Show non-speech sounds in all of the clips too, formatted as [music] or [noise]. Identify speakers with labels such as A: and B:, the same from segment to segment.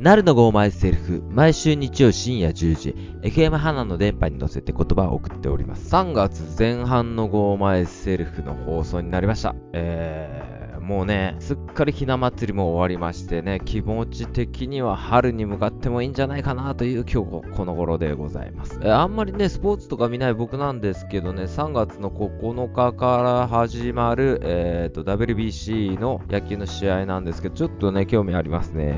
A: なるのゴーマイセルフ、毎週日曜深夜10時、FM 花の電波に乗せて言葉を送っております。3月前半のゴーマイセルフの放送になりました。えー、もうね、すっかりひな祭りも終わりましてね、気持ち的には春に向かってもいいんじゃないかなという今日この頃でございます。えーあんまりね、スポーツとか見ない僕なんですけどね、3月の9日から始まる、えー、と WBC の野球の試合なんですけど、ちょっとね、興味ありますね。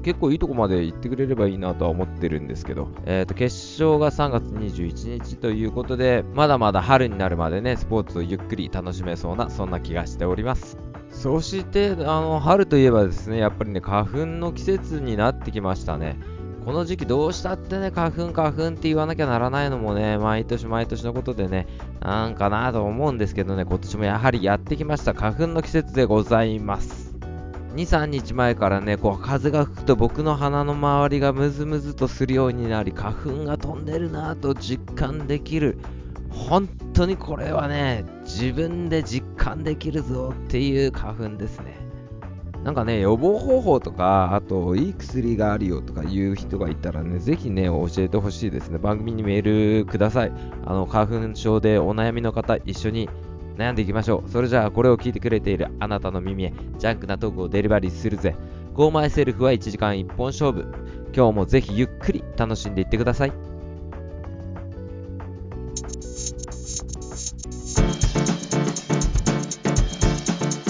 A: 結構いいとこまで行ってくれればいいなとは思ってるんですけど、えー、と決勝が3月21日ということでまだまだ春になるまでねスポーツをゆっくり楽しめそうなそんな気がしておりますそしてあの春といえばですねやっぱりね花粉の季節になってきましたねこの時期どうしたってね花粉花粉って言わなきゃならないのもね毎年毎年のことでねなんかなと思うんですけどね今年もやはりやってきました花粉の季節でございます23日前からねこう風が吹くと僕の鼻の周りがムズムズとするようになり花粉が飛んでるなぁと実感できる本当にこれはね自分で実感できるぞっていう花粉ですねなんかね予防方法とかあといい薬があるよとかいう人がいたらねぜひね教えてほしいですね番組にメールくださいあの花粉症でお悩みの方一緒に悩んでいきましょう。それじゃあ、これを聞いてくれているあなたの耳へ、ジャンクなトークをデリバリーするぜ。Go My Self は1時間1本勝負。今日もぜひゆっくり楽しんでいってください。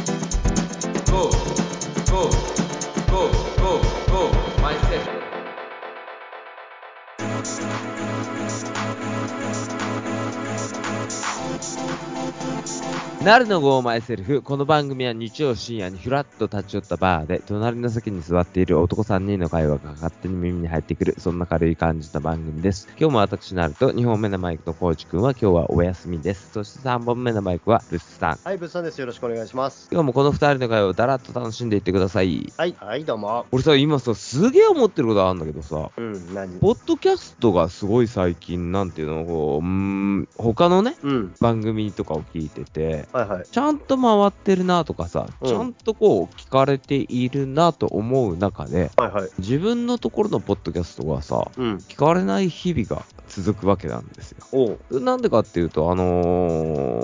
A: Go! Go! Go! Go! Go! Myself! なるのゴーマイセルフ。この番組は日曜深夜にふらっと立ち寄ったバーで、隣の席に座っている男3人の会話が勝手に耳に入ってくる、そんな軽い感じの番組です。今日も私なると、2本目のマイクのコーチくんは今日はお休みです。そして3本目のマイクはルスさん。
B: はい、ぶっさんです。よろしくお願いします。
A: 今日もこの2人の会話をだらっと楽しんでいってください。
B: はい、はい、どうも。
A: 俺さ、今さ、すげえ思ってることあるんだけどさ、
B: うん、何
A: ポッドキャストがすごい最近、なんていうの、こう、うーん、他のね、
B: うん、
A: 番組とかを聞いてて、
B: はいはい。
A: ちゃんと回ってるなとかさ、
B: うん
A: ちゃんとこう聞かれているなと思う中で、
B: はいはい。
A: 自分のところのポッドキャストがさ、
B: うん。
A: 聞かれない日々が続くわけなんですよ。
B: おう。
A: なんでかっていうと、あの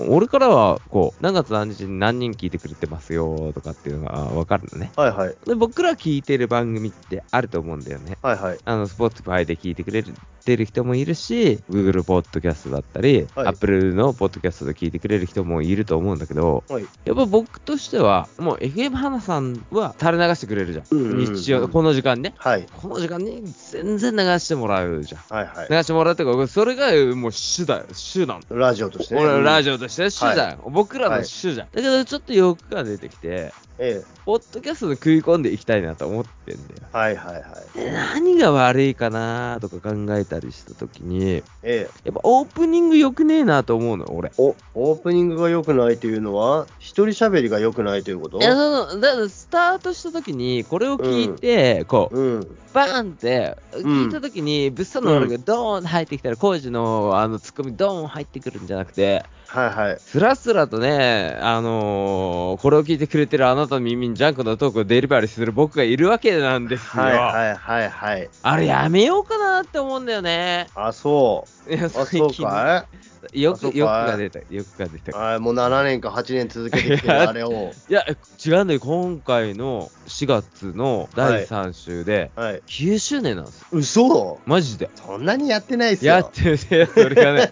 A: ー俺からは、こう、何月何日に何人聞いてくれてますよとかっていうのがわかるのね。
B: はいはい。
A: で、僕ら聞いてる番組ってあると思うんだよね。
B: はいはい。
A: あの、Spotify で聞いてくれてる人もいるし、Google ポッドキャストだったり、
B: はい
A: Apple のポッドキャストで聞いてくれる人もいると思うんだけど、
B: はい。
A: やっぱ僕としては、もう FM 花さんは垂れ流してくれるじゃん。
B: うんうんうん
A: 日曜、この時間ね。
B: はい。
A: この時間に全然流してもらうじゃん。
B: はいはい。
A: 流してもらうっていうか、それがもう主だよ。主なの。
B: ラジオとしてね。
A: 俺らラ
B: ジ
A: ジオとして主だよ。僕らの主じゃん。だけどちょっと欲が出てきて、
B: オ。え
A: ポッドキャストで食い込んでいきたいなと思ってんだよ。
B: え。はいはいはい。
A: で何が悪いかなとか考えたりした時に、
B: ええ。
A: やっぱオープニング良くねえなと思うの、俺。
B: お、オープニングが良くないというのは、一人喋りが良くないということ
A: いや、その、だからスタートした時に、これを聞いて、こう、
B: うん。
A: バーンって
B: うん
A: 聞いたときに、物産の俺がドーンって入ってきたら、工事のあのツッコミドーン入ってくるんじゃなくて、
B: はいはい。
A: スラスラとね、あのーこれを聞いてくれてるあなたの耳にジャンクのトークをデリバリーする僕がいるわけなんですよ。
B: はいはいはいはい。
A: あれやめようかなって思うんだよね。
B: あ、そう。
A: いや、
B: [laughs] あ、そうか
A: よ
B: あそう
A: く、
B: かい
A: よくが出た。よくが出た。
B: いはい、もう7年か8年続けてきて
A: い
B: る
A: や
B: あれ [laughs] を。
A: いや、違うんだよ。今回の4月の第3週で、
B: はい。
A: 9周年なんですよ。
B: 嘘
A: マジで。
B: そんなにやってないっすよ。
A: やってるね、それが
B: [laughs]
A: ね。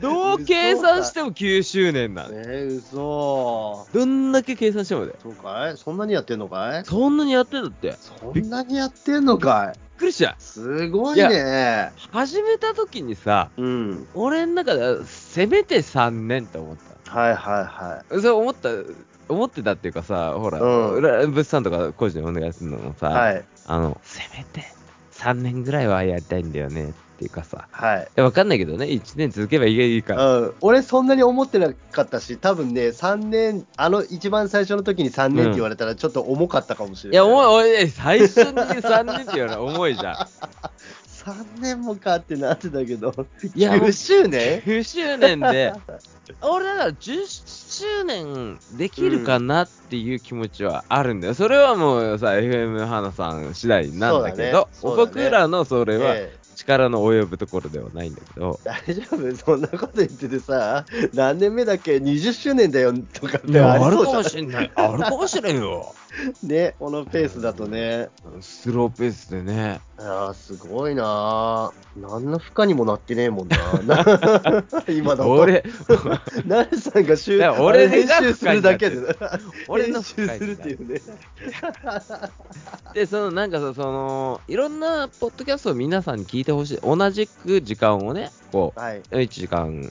A: どう計算しても9周年なの。
B: ねえ、嘘。
A: どんだけ計算してもだよ。
B: そうかいそんなにやってんのかい
A: そんなにやってんだって。びっ
B: そんなにやってんのかい
A: くりした。
B: すごいね。
A: 始めた時にさ、
B: うん。
A: 俺の中ではせめて3年って思っ
B: はいはいは
A: た。そう思った、思ってたっていうかさ、ほら、
B: うん
A: ら物産とか個人にお願いするのもさ、
B: い。はい。
A: あの、せめて3年ぐらいはやりたいんだよねっていうかさ、
B: はい。
A: いやわかんないけどね、1年続けばいいから。
B: うん、俺そんなに思ってなかったし多分ね3年あの一番最初の時に3年って言われたらちょっと重かったかもしれ
A: い
B: な
A: や、
B: い、
A: おい、おい、最初に3年って言われ重いじゃん。
B: 3年もかってなってたけど、
A: いや
B: 9周年
A: 9周年で、俺だから10周年できるかなっていう気持ちはあるんだよ。それはもうさ、FM 花さん次第なんだけど、
B: そうだねそうだね
A: 僕らのそれは
B: ええ
A: 力の及ぶところではないんだけど、
B: 大丈夫そんなこと言っててさ、何年目だっけ ?20 周年だよとかっ
A: い
B: て
A: や
B: り
A: ある
B: そう
A: かも
B: じ
A: しんない。あるかもしれんよ。
B: ゃんね、このペースだとね。
A: スローペースでね。
B: いやー、すごいなー。何の負荷にもなってねえもん [laughs] な。な今だと。
A: 俺、 [laughs]
B: ナルさんが
A: い
B: 集
A: や俺
B: あれ編
A: が
B: 集するだけで。
A: 俺の
B: 編集するっていうね。
A: で、そのなんかさ、その、いろんなポッドキャストを皆さんに聞いてほしい。同じく時間をね、こう、
B: はい。
A: 1時間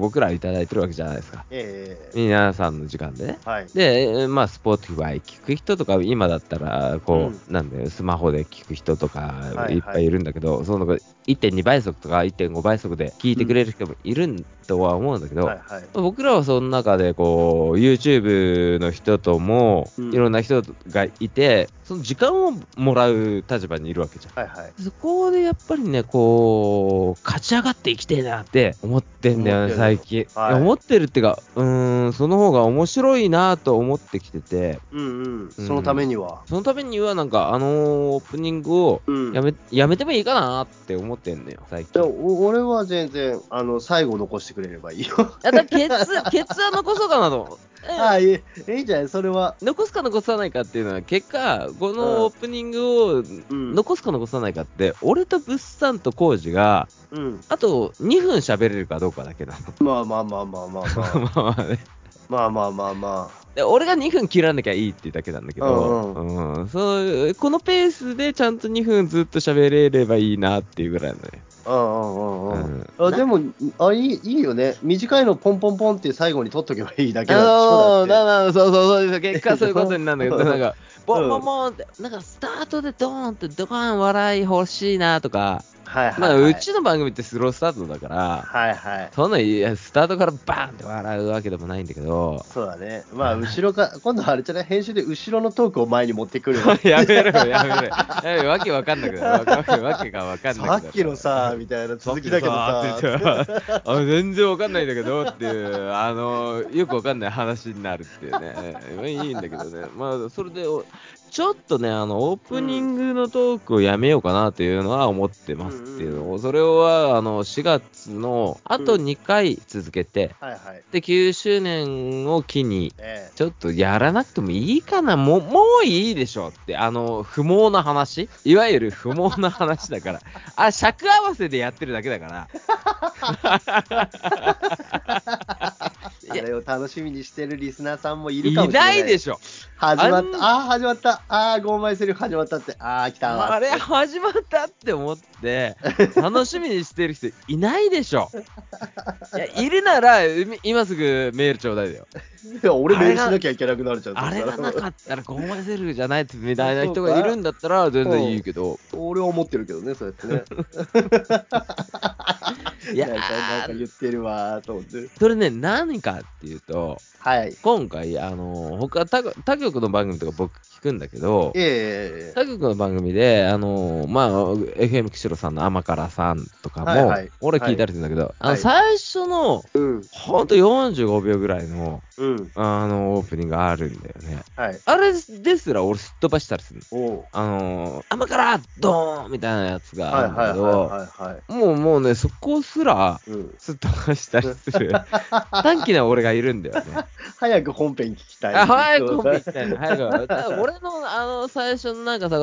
A: 僕らいただいてるわけじゃないですか。
B: ええ
A: 皆さんの時間でね。
B: はい。
A: で、えーまあ、スポーティファイ聞く人とか、今だったら、こう、
B: う
A: なんだよ、スマホで聞く人と
B: い
A: か
B: は、い
A: いっぱいいるんだけど、その1.2倍速とか1.5倍速で聞いてくれる人もいるんとは思うんだけど、
B: はいはい。
A: 僕らはその中でこう YouTube の人とも
B: うん
A: いろんな人がいて、その時間をもらう立場にいるわけじゃん。
B: はいはい。
A: そこでやっぱりね、こう、勝ち上がっていきてえなって思ってんだよね、
B: 思ってる
A: 最近、
B: はい
A: いや思ってるっていうか、うーん、その方が面白いなと思ってきてて、
B: うんうん。そのためには。
A: そのためにはなんか、あのオープニングを
B: うん。
A: やめ,、やめてもいいかなって思ってんだよ、最
B: で
A: 近。
B: もお俺は全然、あの、最後残してくれればいいよ。 [laughs]
A: いやだからケツ、 [laughs] ケツは残そうかなと思う。うん
B: ああ、いい、いいんじゃないそれは。
A: 残すか残さないかっていうのは結果このオープニングを
B: うん。
A: 残すか残さないかって、俺と物産と浩二が
B: うん。
A: あと2分喋れるかどうかだけな
B: まあまあまあまあまあま [laughs]
A: のまあまあね [laughs]
B: あ。まあまあまあまあ。
A: で俺が2分切らなきゃいいっていうだけなんだけど、
B: う
A: うんそうこのペースでちゃんと2分ずっと喋れればいいなっていうぐらいのね、
B: うんうんうんうん。
A: うん
B: あでもあいい、いいよね。短いのポンポンポンって最後に取っとけばいいだけ
A: あ
B: なんでし
A: のー
B: ょだっ
A: ななそうそうそうです結果そういうことになるんだけど、
B: うん
A: なんか、ボンボンボンって、なんかスタートでドーンってドカーン笑い欲しいなとか、
B: て。はいはい、
A: ま
B: はい。
A: あ、うちの番組ってスロースタートだから、
B: はいはい。
A: そんないやスタートからバーンって笑うわけでもないんだけど、
B: そうだね。まあ、後ろか、今度はあれじゃない編集で後ろのトークを前に持って
A: [laughs]
B: くるよ。
A: [laughs] やめろよ、やめろよ。やめろよわけわかんなくなる。わけわけがわかんなくな
B: さ
A: る。
B: っきのさ、みたいな
A: さっ
B: 続
A: き
B: き
A: の
B: だ
A: さ
B: けどさ。
A: って言ってあ全然わかんないんだけどっていう、あの、よくわかんない話になるっていうね。まあいいんだけどね。まあ、それで、おちょっとね、あの、オープニングのトークをやめようかなというのは思ってますっていうのを、それは、あの、4月の、あと2回続けて、
B: はいはい。
A: で9周年を機に
B: ええ
A: ちょっとやらなくてもいいかなもうもういいでしょってあの不毛な話いわゆる不毛な話だからあ尺合わせでやってるだけだから
B: あれを楽しみにしてるリスナーさんもい
A: い
B: るかもしれ
A: な
B: ない。
A: いで
B: し
A: しょ
B: 始まった。
A: あん
B: ああー、始まった。ああ、ゴーマイセリフ始まったって。ああ、来たわ。
A: あれ始まったって思って楽しみにしてる人いないでしょいやいるならみ今すぐメールちょうだいだよ
B: いや俺メールしなきゃいけなくなるじゃん。
A: あれがなか
B: っ
A: ったらゴーマイセルフじゃないってみたいな人がいるんだったら全然いいけど
B: た。俺は思ってるけどね、そうやってね。
A: [laughs] いやー
B: なんかなんか言ってるわーと思って。
A: それね、何かっていうと、
B: はい。
A: 今回、あの、他他、他局の番組とか僕聞くんだけど、
B: ええ
A: 他局の番組で、あの、まあ、FM 釧路さんの天からさんとかも、
B: はいはい
A: 俺聞いたりするんだけど、あ
B: は
A: の、
B: い
A: 最初の、
B: うん。
A: ほんと45秒ぐらいの、
B: うん。
A: あの、オープニングがあるんだよね。
B: はい。
A: あれですら俺すっ飛ばしたりするの。
B: おう。
A: あの、天からドーンみたいなやつがあ
B: はい
A: るんだ
B: はい
A: けど、
B: はいはいは
A: もうもうね、そこすら、
B: い。うん、
A: すっ飛ばしたりす
B: [laughs]
A: る。短気な俺がいるんだよね。
B: 早く本編聞きたい。
A: あ早くコンビ行きたいな、早く。だから
B: [laughs]
A: 俺の、あの、最初のなんかさ、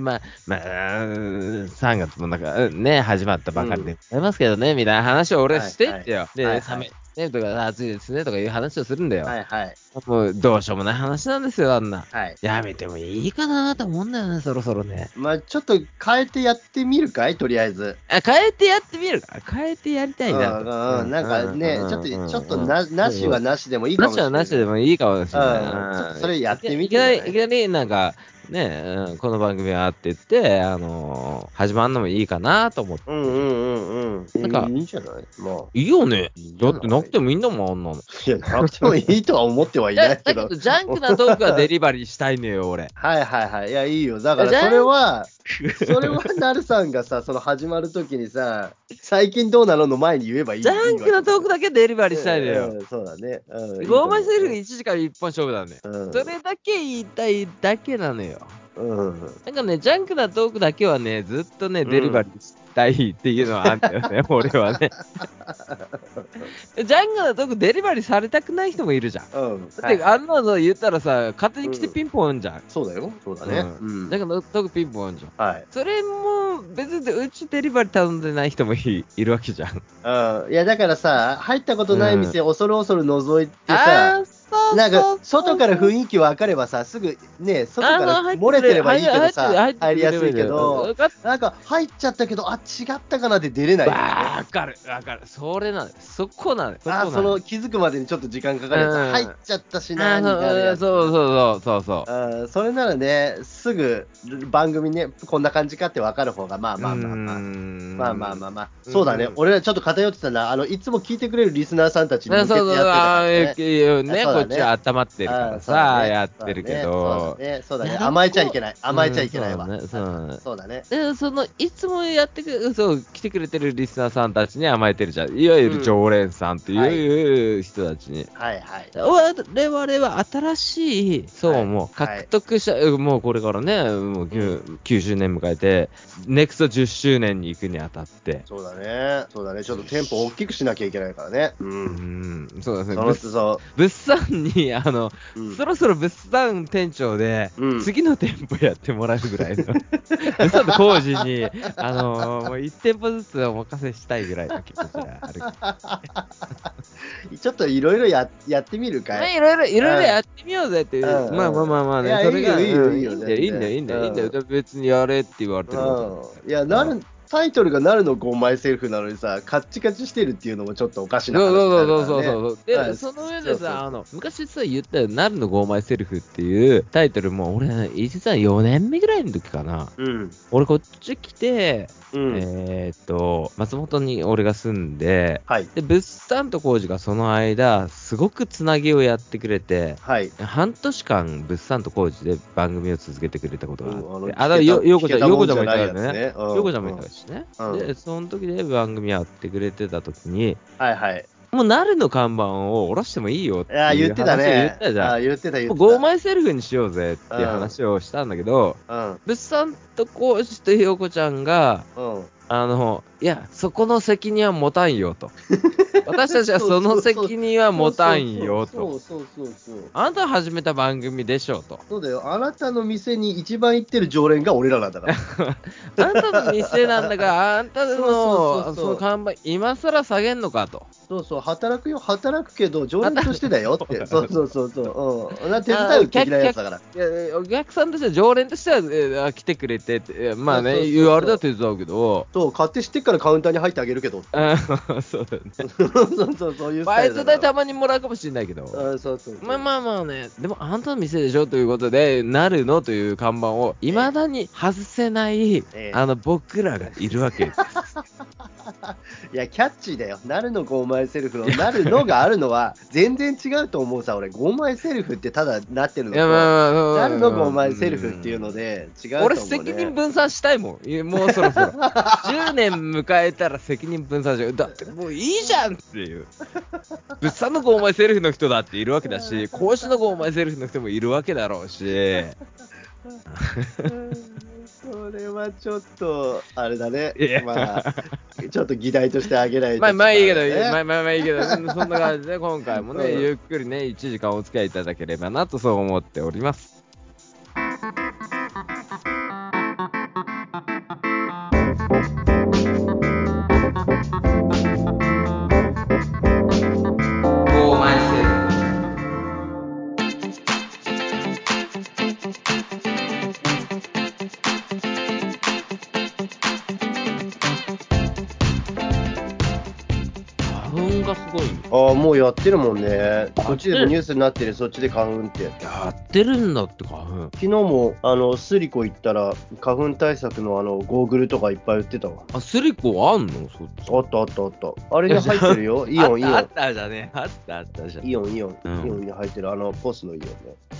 A: まあ、まあ、3月のなんか、うんね、始まったばかりでございますけどね、みたいな話を俺してってよ。
B: はいは
A: で、
B: い
A: 寒いですねとか、暑いですねとかいう話をするんだよ。
B: はいはい
A: もう、どうしようもない話なんですよ、あんな。
B: はい。
A: やめてもいいかなと思うんだよね、そろそろね。
B: まあちょっと変えてやってみるかいとりあえず。
A: あ変えてやってみるか。変えてやりた
B: う
A: い
B: ん
A: なと。
B: うんうん、なんかね、
A: うん
B: ちょっと、ちょっと
A: うん
B: な、なしはなしでもいいか
A: な
B: もし
A: し
B: れな。
A: はいなしでもいいかもしれ
B: うんちょ
A: な
B: っ
A: い。
B: とそれやってみて
A: いきなり、
B: ね
A: いきなりなんか、ね、うんこの番組はって言って、あのー始まんのもいいかなと思って。
B: うんうんうんうん。
A: なんか
B: いいんじゃないまあ。
A: いいよね
B: いいんじ
A: だ
B: ゃ
A: ってなくてもいいんだもん、あんなの。
B: いや、なくてもいいとは思っててはい
A: い
B: な
A: や
B: いけ
A: だけ [laughs]
B: ど
A: ど、。ジャンクなトークはデリバリーしたいのよ、俺。
B: はいはいはい。いや、いいよ。だから、
A: いやじゃ
B: そ
A: ん
B: れ
A: [laughs]
B: は、それは、なるさんがさ、その始まるときにさ、最近どうなのの前に言えばいい。
A: ジャンクなトーク
B: だ
A: だけデリバリーしたいの
B: う
A: よ。
B: んそうだね。うん
A: ローマ字セリフ
B: いい
A: 1時間1本勝負だね。
B: と思ううん
A: それだけ言いたいだけなのよ。
B: うん。うん
A: なんかね、ジャンクなトークだけはね、ずっとね、
B: うん
A: デリバリーしたいっていうのはあったよ
B: [laughs]
A: ね、俺はね。ジャンクなトークデリバリーされたくない人もいるじゃん。だ
B: うん。
A: って、
B: はい
A: あんなの言ったらさ、勝手に来てピンポンじゃん。
B: そうだよ。そうだね。
A: う
B: うん
A: ジャンクなトークピンポンじゃん。
B: はい。
A: それも別にうちデリバリー頼んでない人も
B: [laughs]
A: いいるわけじゃん。
B: うん。いや、だからさ、入ったことない店、恐る恐る覗いてさ、
A: ー、そ
B: なんか、外から
A: 囲
B: 雰囲気分かればさ、すぐ、ね、外から
A: あー
B: 漏れてればいいけどさ
A: 入っ、て入
B: 入
A: っ
B: り
A: て
B: やすいけど
A: 分、かっ
B: なんか、入っちゃったけど、あ、違ったかなで出れないよね。
A: たわかる、わかる。それなのよ。そこなのよ。こな
B: あーそ
A: よ
B: の気づくまでにちょっと時間かかるやつ、
A: うん
B: 入っちゃったしな
A: あ
B: みたいな
A: ー
B: やつ
A: そうそうそうそうそう。
B: うんそれならねすぐ番組ねこんな感じかって分かる方がまあまあまあまあ
A: うーん
B: まあまあまあまあ
A: うん
B: そうだね
A: うん
B: 俺らちょっと偏ってたなあのいつも聞いてくれるリスナーさんたちに向
A: ね
B: けて
A: そう
B: や
A: そう
B: ってたから
A: あ
B: ね
A: ーいやね
B: そう
A: こ
B: だね
A: っちは温まってるからさ、やってるけど、
B: そうだねそうだねそうだね
A: いやだ
B: 甘えちゃいけない甘えちゃいけないわ、
A: うんそうだね
B: そうだね
A: でそのいつもやってくそう来てくれてるリスナーさんたちに甘えてるじゃんいわゆる常連さんっていう人たちに、
B: はいはい
A: 我々は新しい層も
B: はい
A: 獲得した、もうこれからね、もうきゅう90年迎えて、ネクスト10周年に行くにあたって、
B: そうだねそうだねちょっとテンポ大きくしなきゃいけないからねう
A: うんん、そうですね、
B: そ
A: 物
B: のそ
A: 物産に、あの、
B: う、うん
A: そろそろ物産店長で、
B: うん
A: 次の店舗やってもらうぐ
B: [laughs]
A: らいの、物産の工事に、あのもう1店舗ずつお任せしたいぐらいの気持ちがある。
B: ちょっといろいろややってみるかい
A: まあ、いろいろ、いろいろやってみようぜっていう。
B: うん
A: まあまあまあまあ
B: いや
A: ね、それが、
B: いいよ
A: うん
B: いい
A: い
B: よ
A: いんだよ、い
B: いい
A: い
B: よ
A: んだよ、いいんだよ、いいんだ
B: う
A: よ、別にやれって言われてるこ
B: うんいや、なる、タイトルがなるの5枚セルフなのにさ、カッチカチしてるっていうのもちょっとおか
A: と
B: しな
A: だ
B: 話
A: か
B: に
A: ら。
B: な
A: そうそうそうそ
B: るからね
A: うそう。で、その
B: はい
A: 上で
B: そうそう
A: さ、あの、昔さ、言ったよ、なるのゴーマイセルフっていうタイトルも、俺、実は4年目ぐらいの時かな。
B: うん。
A: 俺、こっち来て、
B: うん。
A: えーっと、松本に俺が住んで、
B: はい。
A: で、物産と工事がその間、すごくつなぎをやってくれて、
B: はい。
A: 半年間、物産と工事で番組を続けてくれたことがあ
B: うんあ
A: っ
B: の
A: て、あ、だからよ、ようこちゃん、ようこちゃんもいたよ
B: 聞けたもんじゃない
A: ね。
B: やつねうん
A: ようこちゃんもいたしね。
B: うん
A: で、その時で番組やってくれてた時に、
B: はいはい。
A: もう、なるの看板を下ろしてもいいよって
B: ああ、
A: い
B: 言
A: う
B: ってた
A: 話を言っ
B: ね。
A: たじ
B: あ
A: ゃ
B: あ
A: ん。
B: 言ってた、言ってた。
A: 5枚セルフにしようぜっていう話をしたんだけど、
B: うん。
A: 物産と工事とようこちゃんが、
B: うん。
A: あの、いや、そこの責任は持たんよ
B: [laughs]
A: と。私たちはその責任は持たんよ
B: そ
A: と。
B: うそうそうそう。
A: あなたが始めた番組でしょうと。
B: そうだよ。あなたの店に一番行ってる常連が俺らなんだから。
A: あんたの店なんだ
B: [laughs]
A: から、あんた
B: そうそうそ
A: の
B: うそう
A: その看板、今更下げんのかと。
B: そうそう、働くよ、働くけど、常連としてだよって。そうそうそうそう。うん。な手伝う的なやつだから。
A: いやお客さんとしては、常連としては、えーあ来てくれてって、えーまあね、
B: そうそうそうそう
A: 言われたら手伝うけど、
B: そう、買って知ってっからカウンターに入ってあげるけど。 [laughs]
A: あーそうだよね。
B: そうそう、そういうスタ
A: バ
B: イ
A: イ
B: ル
A: ト
B: だから
A: 代たまにもらうかもしれないけど。
B: うん、そうそうそう。
A: まあまあまあね、でもあんたの店でしょということで、なるのという看板を、いまだに外せない、
B: ええ
A: あの、僕らがいるわけ
B: [laughs]
A: です。
B: いや、キャッチーだよ。なるのゴーマイセルフの、なるのがあるのは、全然違うと思うさ、俺。ゴーマイセルフってただなってるの
A: いや、
B: と、
A: まあまあまあまあ
B: なるのゴーマイセルフっていうので、違うと思う、ね。
A: 俺、責任分散したいもんいや、もうそろそ
B: [laughs]
A: ろ。10年迎えたら責任分散しよう。だってもういいじゃんって
B: [laughs]
A: いう。物産の5枚セルフの人だっているわけだし、講師の5枚セルフの人もいるわけだろうし、
B: それはちょっと、あれだね
A: いや。
B: まあ、ちょっと議題としてあげないと
A: まあまあいいけど、
B: ちょっとれだね
A: まあまあまあいいけど、そんな感じで今回もね、
B: うん
A: ゆっくりね、1時間お付き合いいただければなとそう思っております。花粉がすごいんです
B: ああ、もうやってるもんね。こっちでもニュースになってる、そっちで花粉って。
A: やってるんだって花粉。
B: 昨日も、あの、スリコ行ったら、花粉対策のあの、ゴーグルとかいっぱい売ってたわ。
A: あ、スリコあんのそっち。
B: あったあったあった。あれに入って
A: [laughs]
B: るよ。イオン、イオ
A: あっ
B: ン。
A: たあったじゃねあったあったじゃん。
B: イオン、イオン。
A: うん
B: イオンに入ってる、あの、ポスのイオンね。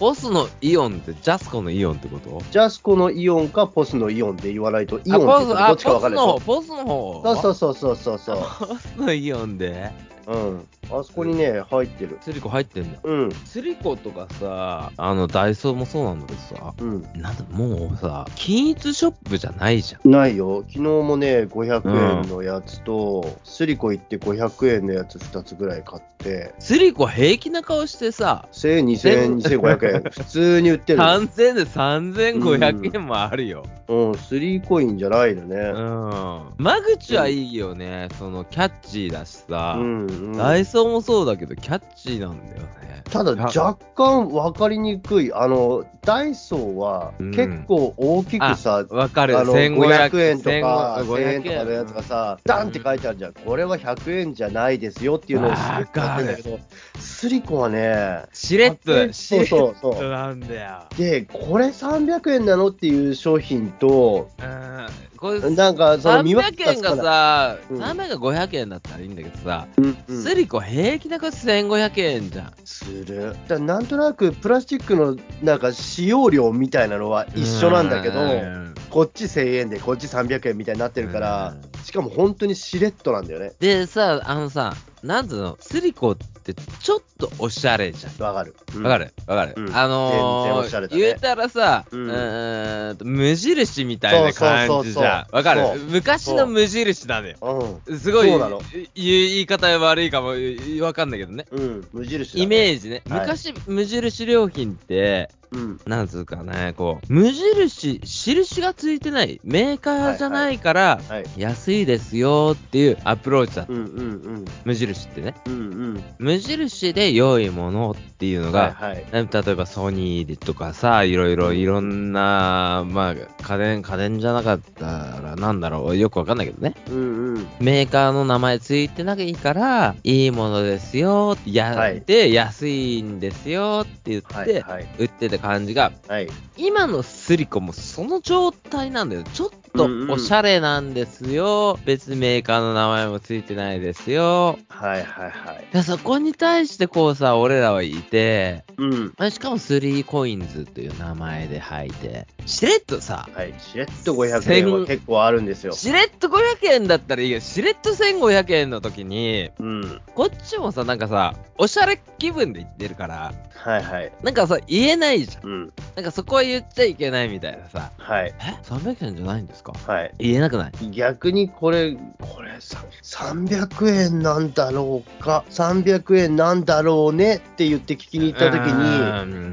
A: ボスのイオンってジャスコのイオンってこと
B: ジャスコのイオンかポスのイオンで言わないと、イオン
A: あ
B: って
A: ボス、
B: ど
A: あ、
B: っちか
A: ボ
B: 分か
A: ス
B: ん
A: の
B: ない
A: 方、ボスの方。
B: そうそうそうそうそうそう。
A: [laughs] ボスのイオンで。
B: うん。あそこにね、入ってる。
A: スリコ入ってんだ。
B: うん。
A: スリコとかさ、あの、ダイソーもそうなんだけどさ、
B: うん。
A: なんだ、もうさ、均一ショップじゃないじゃん。
B: ないよ。昨日もね、500円のやつと、スリコ行って500円のやつ2つぐらい買って、
A: スリコ平気な顔してさ、
B: 1000円、2000円、2500円。普
A: [laughs]
B: 通に売ってる。
A: 3000円で3500円もあるよ。
B: うん、スリーコインじゃないの
A: う
B: ね。
A: ん。間口はいいよね。その、キャッチーだし
B: う
A: さ、
B: ん。うん
A: ダイソーもそうだけど、キャッチーなんだよね。
B: ただ
A: いや
B: 若干分かりにくい、あのダイソーは
A: うん
B: 結構大きくさ、
A: わかる。
B: あの500円とか
A: 1500
B: 1000円とかのやつがさ、ダンって書いてあるじゃん、これは100円じゃないですよっていうのをすごくやってんだけど、スリコはね、
A: しれっと、し
B: そう
A: れっ
B: そうそ
A: と
B: う。
A: なんだよ。
B: で、これ300円なのっていう商品と、
A: うん。これ
B: なんかその見分け
A: 300円
B: つ
A: が
B: かない
A: さ、
B: うん
A: 300円が500円だったらいいんだけどさ、
B: うんうん
A: スリコ平気な顔1500円じゃん。
B: するだなんとなくプラスチックのなんか使用量みたいなのは一緒なんだけど、
A: うん
B: こっち1000円でこっち300円みたいになってるから、しかも本当にしれっとなんだよね。
A: でさ、あのさ、なんつうの、スリコってちょっとおしゃれじゃん。
B: わかる。
A: わか
B: る。
A: るわかる、
B: うん
A: あの
B: 全然
A: ー
B: おしゃれだね
A: 言うたらさ、
B: う
A: うんーんと無印みたいな感じじゃん
B: そうそうそうそう
A: わか
B: そう
A: る昔の無印なのよ
B: うん。
A: すごい
B: そうなの
A: い言い方悪いかもいいわかんないけどね
B: うん。無印だ
A: イメージね、
B: はい
A: 昔無印良品って
B: うん。
A: なんつうかねこう無印印がついてないメーカーじゃないから、
B: はい。
A: 安いですよっていうアプローチだった、
B: うんうんうん。
A: 無印ってね
B: うんうん。
A: 無印で良いものっていうのが、
B: はいはい。
A: ね例えばソニーでとかさ、いろいろいろんな、まあ、家電、家電じゃなかったらなんだろう、よくわかんないけどね。
B: うんうん。
A: メーカーの名前ついてないから、いいものですよ、や
B: はい
A: って、安いんですよって言って、
B: はいはい。
A: 売ってた感じが、
B: はい。
A: 今のスリコもその状態なんだよ。ちょっと
B: うんうん
A: おしゃれなんですよ。別メーカーの名前もついてないですよ。
B: はいはいはい。
A: でそこに対してこうさ、俺らはいて、
B: うん。
A: まあしかも 3COINS という名前で履いて、しれっとさ、
B: はい。しれっと500円は結構あるんですよ。
A: しれっと500円だったらいいけど、しれっと1500円の時に、
B: うん。
A: こっちもさ、なんかさ、おしゃれ気分で言ってるから、
B: はいはい。
A: なんかさ、言えないじゃん。
B: うん。
A: なんかそこは言っちゃいけないみたいなさ、
B: はい。
A: え ?300 円じゃないんですか
B: はい。
A: 言えなくない
B: 逆にこれ、これさ、300円なんだろうか、300円なんだろうねって言って聞きに行った時に、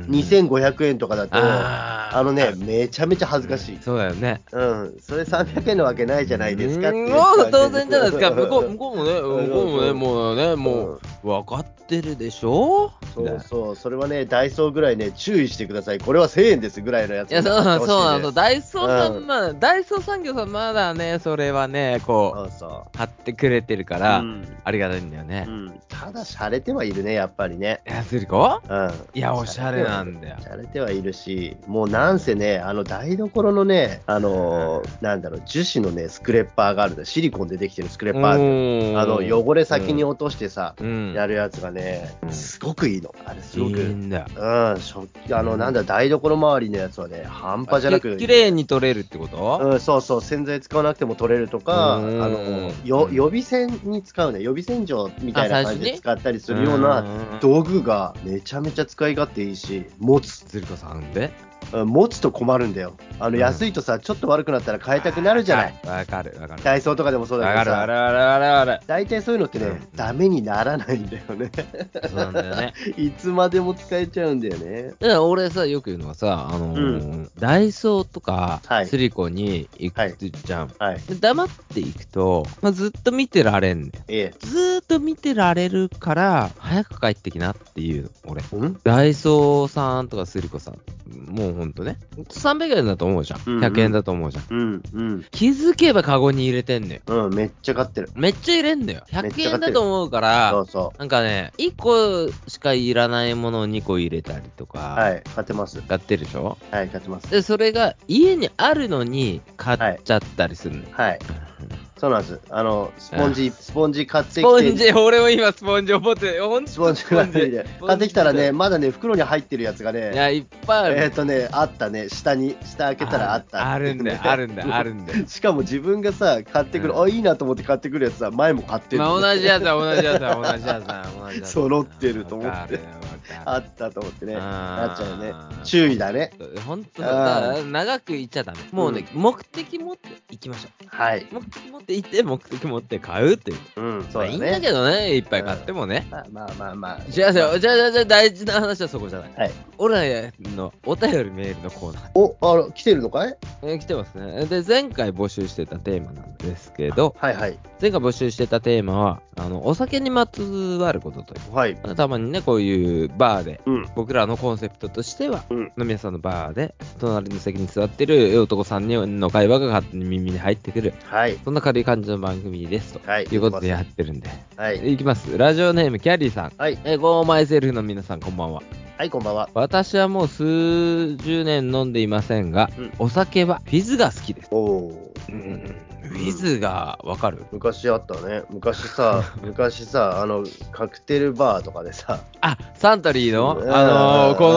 A: に
B: 2500円とかだと、あ
A: あー
B: のね、めちゃめちゃ恥ずかしい。
A: そうだよね。
B: うん、それ300円のわけないじゃないですかって
A: も
B: いうう感じ。
A: 当然じゃないですか。向こう、向こうもね、
B: そう
A: 向こうもね、もうね、
B: うん
A: もう、分かってるでしょ
B: そうそう、それはね、ダイソーぐらいね、注意してください、これは1000円ですぐらいのやつ
A: いや、そうなの、そうなの、ダイソーさん、
B: うん
A: まあ、ダイソー産業さん、まだね、それはね、こ、
B: そうそう
A: 貼ってくれてるから、
B: ううん
A: ありがたいんだよね。
B: うんただ、洒落てはいるね、やっぱりね。
A: いや、スリコ
B: うん、
A: いや、おしゃれなんだよ。
B: されてはいるし、もうなんせね、あの台所のね、あのーなんだろう、樹脂のね、スクレッパーがあるんだよシリコンでできてるスクレッパーあるあの汚れ先に
A: うん、
B: 落としてさ、
A: うん、
B: やるやつがね、すごくいいの、あれ、すご
A: いい
B: く。うん
A: んだよ。
B: 食器あのなんだ台所周りのやつはね、半端じゃなく
A: ききれいに取れるってこと、
B: うん、そうそう、洗剤使わなくても取れるとか、あ
A: うん
B: のよ
A: うん
B: 予備洗に使うね、予備洗浄みたいな
A: あ最
B: 感
A: 初
B: じ
A: に
B: で使ったりするような
A: うん
B: 道具がめちゃめちゃ使い勝手いいし、持つ、
A: スリコさんで
B: うん持つと困るんだよ。あ
A: う
B: の
A: ん
B: 安いとさ、ちょっと悪くなったら買いたくなるじゃない。。
A: わかる、わかる。
B: ダイソーとかでもそうだ
A: わ
B: け
A: か
B: ど
A: る、わかる、
B: さ。
A: わかる、わかるわか
B: 大体そういうのってね、
A: うん
B: ダメにならないんだよね。 [laughs]
A: る。そうなんだよね。
B: いつまでも使えちゃ [laughs] うんだよね。
A: だから俺さ、よく言うのはさ、あのーダイソーとか
B: はい、
A: スリコに行
B: はい
A: くじゃん。
B: はい。
A: で黙っていくと、まあ、ずっと見てられんねん。
B: ええ。
A: ずーっと見てられるから、早く帰ってきなっていうの、俺。
B: うん
A: ダイソーさんとかスリコさん、もうほんとね、300円だと思うじゃん。
B: うんうん
A: 100円だと思うじゃん。
B: うん、うん、
A: 気づけばカゴに入れてんのよ。
B: うん、めっちゃ買ってる。
A: めっちゃ入れんのよ。
B: め
A: 100円
B: っちゃ買ってる
A: だと思うか
B: そ
A: ら
B: う、そ
A: なんかね、1個しかいらないものを2個入れたりとか、
B: う。はい、買ってます。
A: 買ってるでしょ
B: はい、買ってます。
A: で、それが家にあるのに買っちゃったりするのよ。
B: はい、そうなんです。あの、スポンジ、スポンジ買って
A: スポン
B: きて、
A: ジ、俺も今スポンジを持って、ほんと
B: スポンジ買ってきて、 [laughs] 買ってきたらね、、まだね、袋に入ってるやつが
A: い
B: ね、
A: や、いっぱいある。
B: えっ、とね、あったね、下に、下開けたらあった。
A: あるんだ
B: [laughs]
A: よ、あるんだよ、あるんだよ。
B: しかも自分がさ、買ってくる、
A: うん
B: あ、いいなと思って買ってくるやつは、前も買ってる。
A: まあ、同じやつだ、同じやつだ、同じやつだ、同じやつだ。
B: 揃ってると思って
A: わかるわ
B: あ
A: かる
B: ったと思ってね、
A: あー
B: なっちゃうね。注意だね。
A: 本当
B: あ
A: だ、
B: ー
A: だ長く行っちゃダメ。もうね、目的持って行きましょ
B: はい。
A: う。目的持って行って、目的持って買うっていう。
B: うん、
A: ま
B: そう
A: あ
B: だ
A: いいんだ
B: ね。
A: けどね、いっぱい買ってもね。
B: まあまあまあまあ。
A: 違う違う、じゃあ、じゃあ、大事な話はそこじゃない。
B: はい。
A: オラへのお便りメールのコーナー。
B: お、あら、来てるのかい
A: えー来てますね。で、前回募集してたテーマなんですけど、
B: はいはい。
A: 前回募集してたテーマは、あの、お酒にまつわることという
B: はい。
A: あの。たまにね、こういうバーで、
B: うん。
A: 僕らのコンセプトとしては、
B: うん。
A: 飲み屋さんのバーで、隣の席に座ってる男3人の会話が勝手に耳に入ってくる、
B: はい。
A: そんな軽い感じの番組ですと。
B: はい。
A: いうことでやってるんで。
B: はい。
A: いきます。ラジオネーム、キャリーさん。
B: はい。
A: えー、ゴーマイセルフの皆さん、こんばんは。
B: はい、こんばんは。
A: 私はもう数十年飲んでいませんが、
B: うん
A: お酒はフィズが好きです。
B: おお。
A: ウィズがわかる
B: 昔あったね。昔
A: [laughs]
B: さ、昔さ、あの、カクテルバーとかでさ、
A: あサントリーの、
B: うん
A: あのー、この、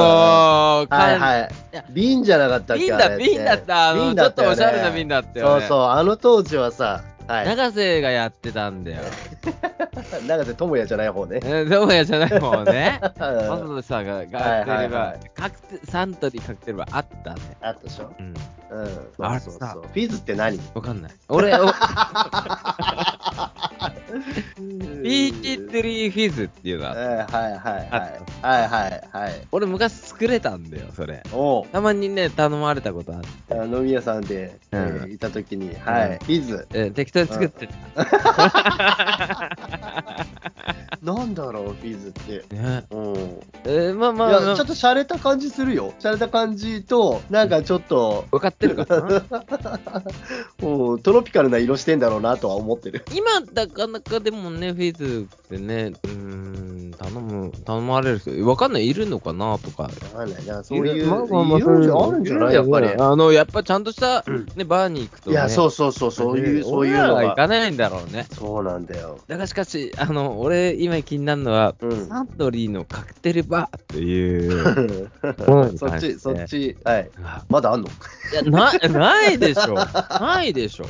B: はい
A: い
B: はい
A: や。
B: 瓶じゃなかったっけ
A: 瓶
B: あれ
A: だ、
B: って
A: 瓶だった、あの
B: 瓶
A: ちょ
B: だ
A: っと
B: よ
A: お
B: ね
A: しゃれな瓶だったよ、
B: そう
A: ね。
B: そう、あの当時はさ、はい。
A: 永瀬がやってたんだよ。
B: 長瀬智也じゃない方ね。
A: えどうもやじゃないもん
B: [laughs]
A: ね。マサ
B: あ
A: トさんが、
B: はい
A: カクテル
B: はいは
A: バ
B: い
A: ー、カクテサントリーカクテルバーあったね。
B: ったでしょ
A: うん。
B: うん。
A: あれ
B: そう
A: さ
B: そう。フィズって何
A: わかんない。
B: [laughs]
A: 俺、おビーチ
B: うん
A: トリーフィズっていうの
B: はい
A: は、
B: はいはいはい。はいはいはい。
A: 俺昔作れたんだよ、それ。
B: おう
A: たまにね、頼まれたことあって。
B: あ飲み屋さんで、えー
A: うん
B: いたときに、はい、フィズ、
A: えー適当に作ってた。
B: なんだろう、フィズって。
A: ね
B: うん、
A: えーまあまあ、
B: い
A: ま
B: や
A: あ
B: ちょっと洒落た感じするよ。洒落た感じと、なんかちょっと、
A: 分かってるかな
B: うん、トロピカルな色してんだろうなとは思ってる。
A: 今、なかなかでもね、フィズってね、うーん、頼む、頼まれる人、分かんない、いるのかなとか。
B: わかんないな、そういう、
A: まあまあまあ、
B: いるんじゃあるんじゃないやっぱり。
A: あの、やっぱちゃんとした、
B: うん
A: ね、バーに行くと、
B: い
A: ね。、
B: や、そううそうそう、そういう、そういうの
A: は行
B: が。
A: かないんだろうね。
B: そうなんだよ。
A: だがしかし、あの、俺、今気になるのは、
B: うん
A: サントリーのカクテルバーっていう。
B: [laughs] そっち、そっ。ち、はい。
A: あ
B: まだあんの
A: いや、な、ないでしょ。ないで
B: [laughs]
A: しょ。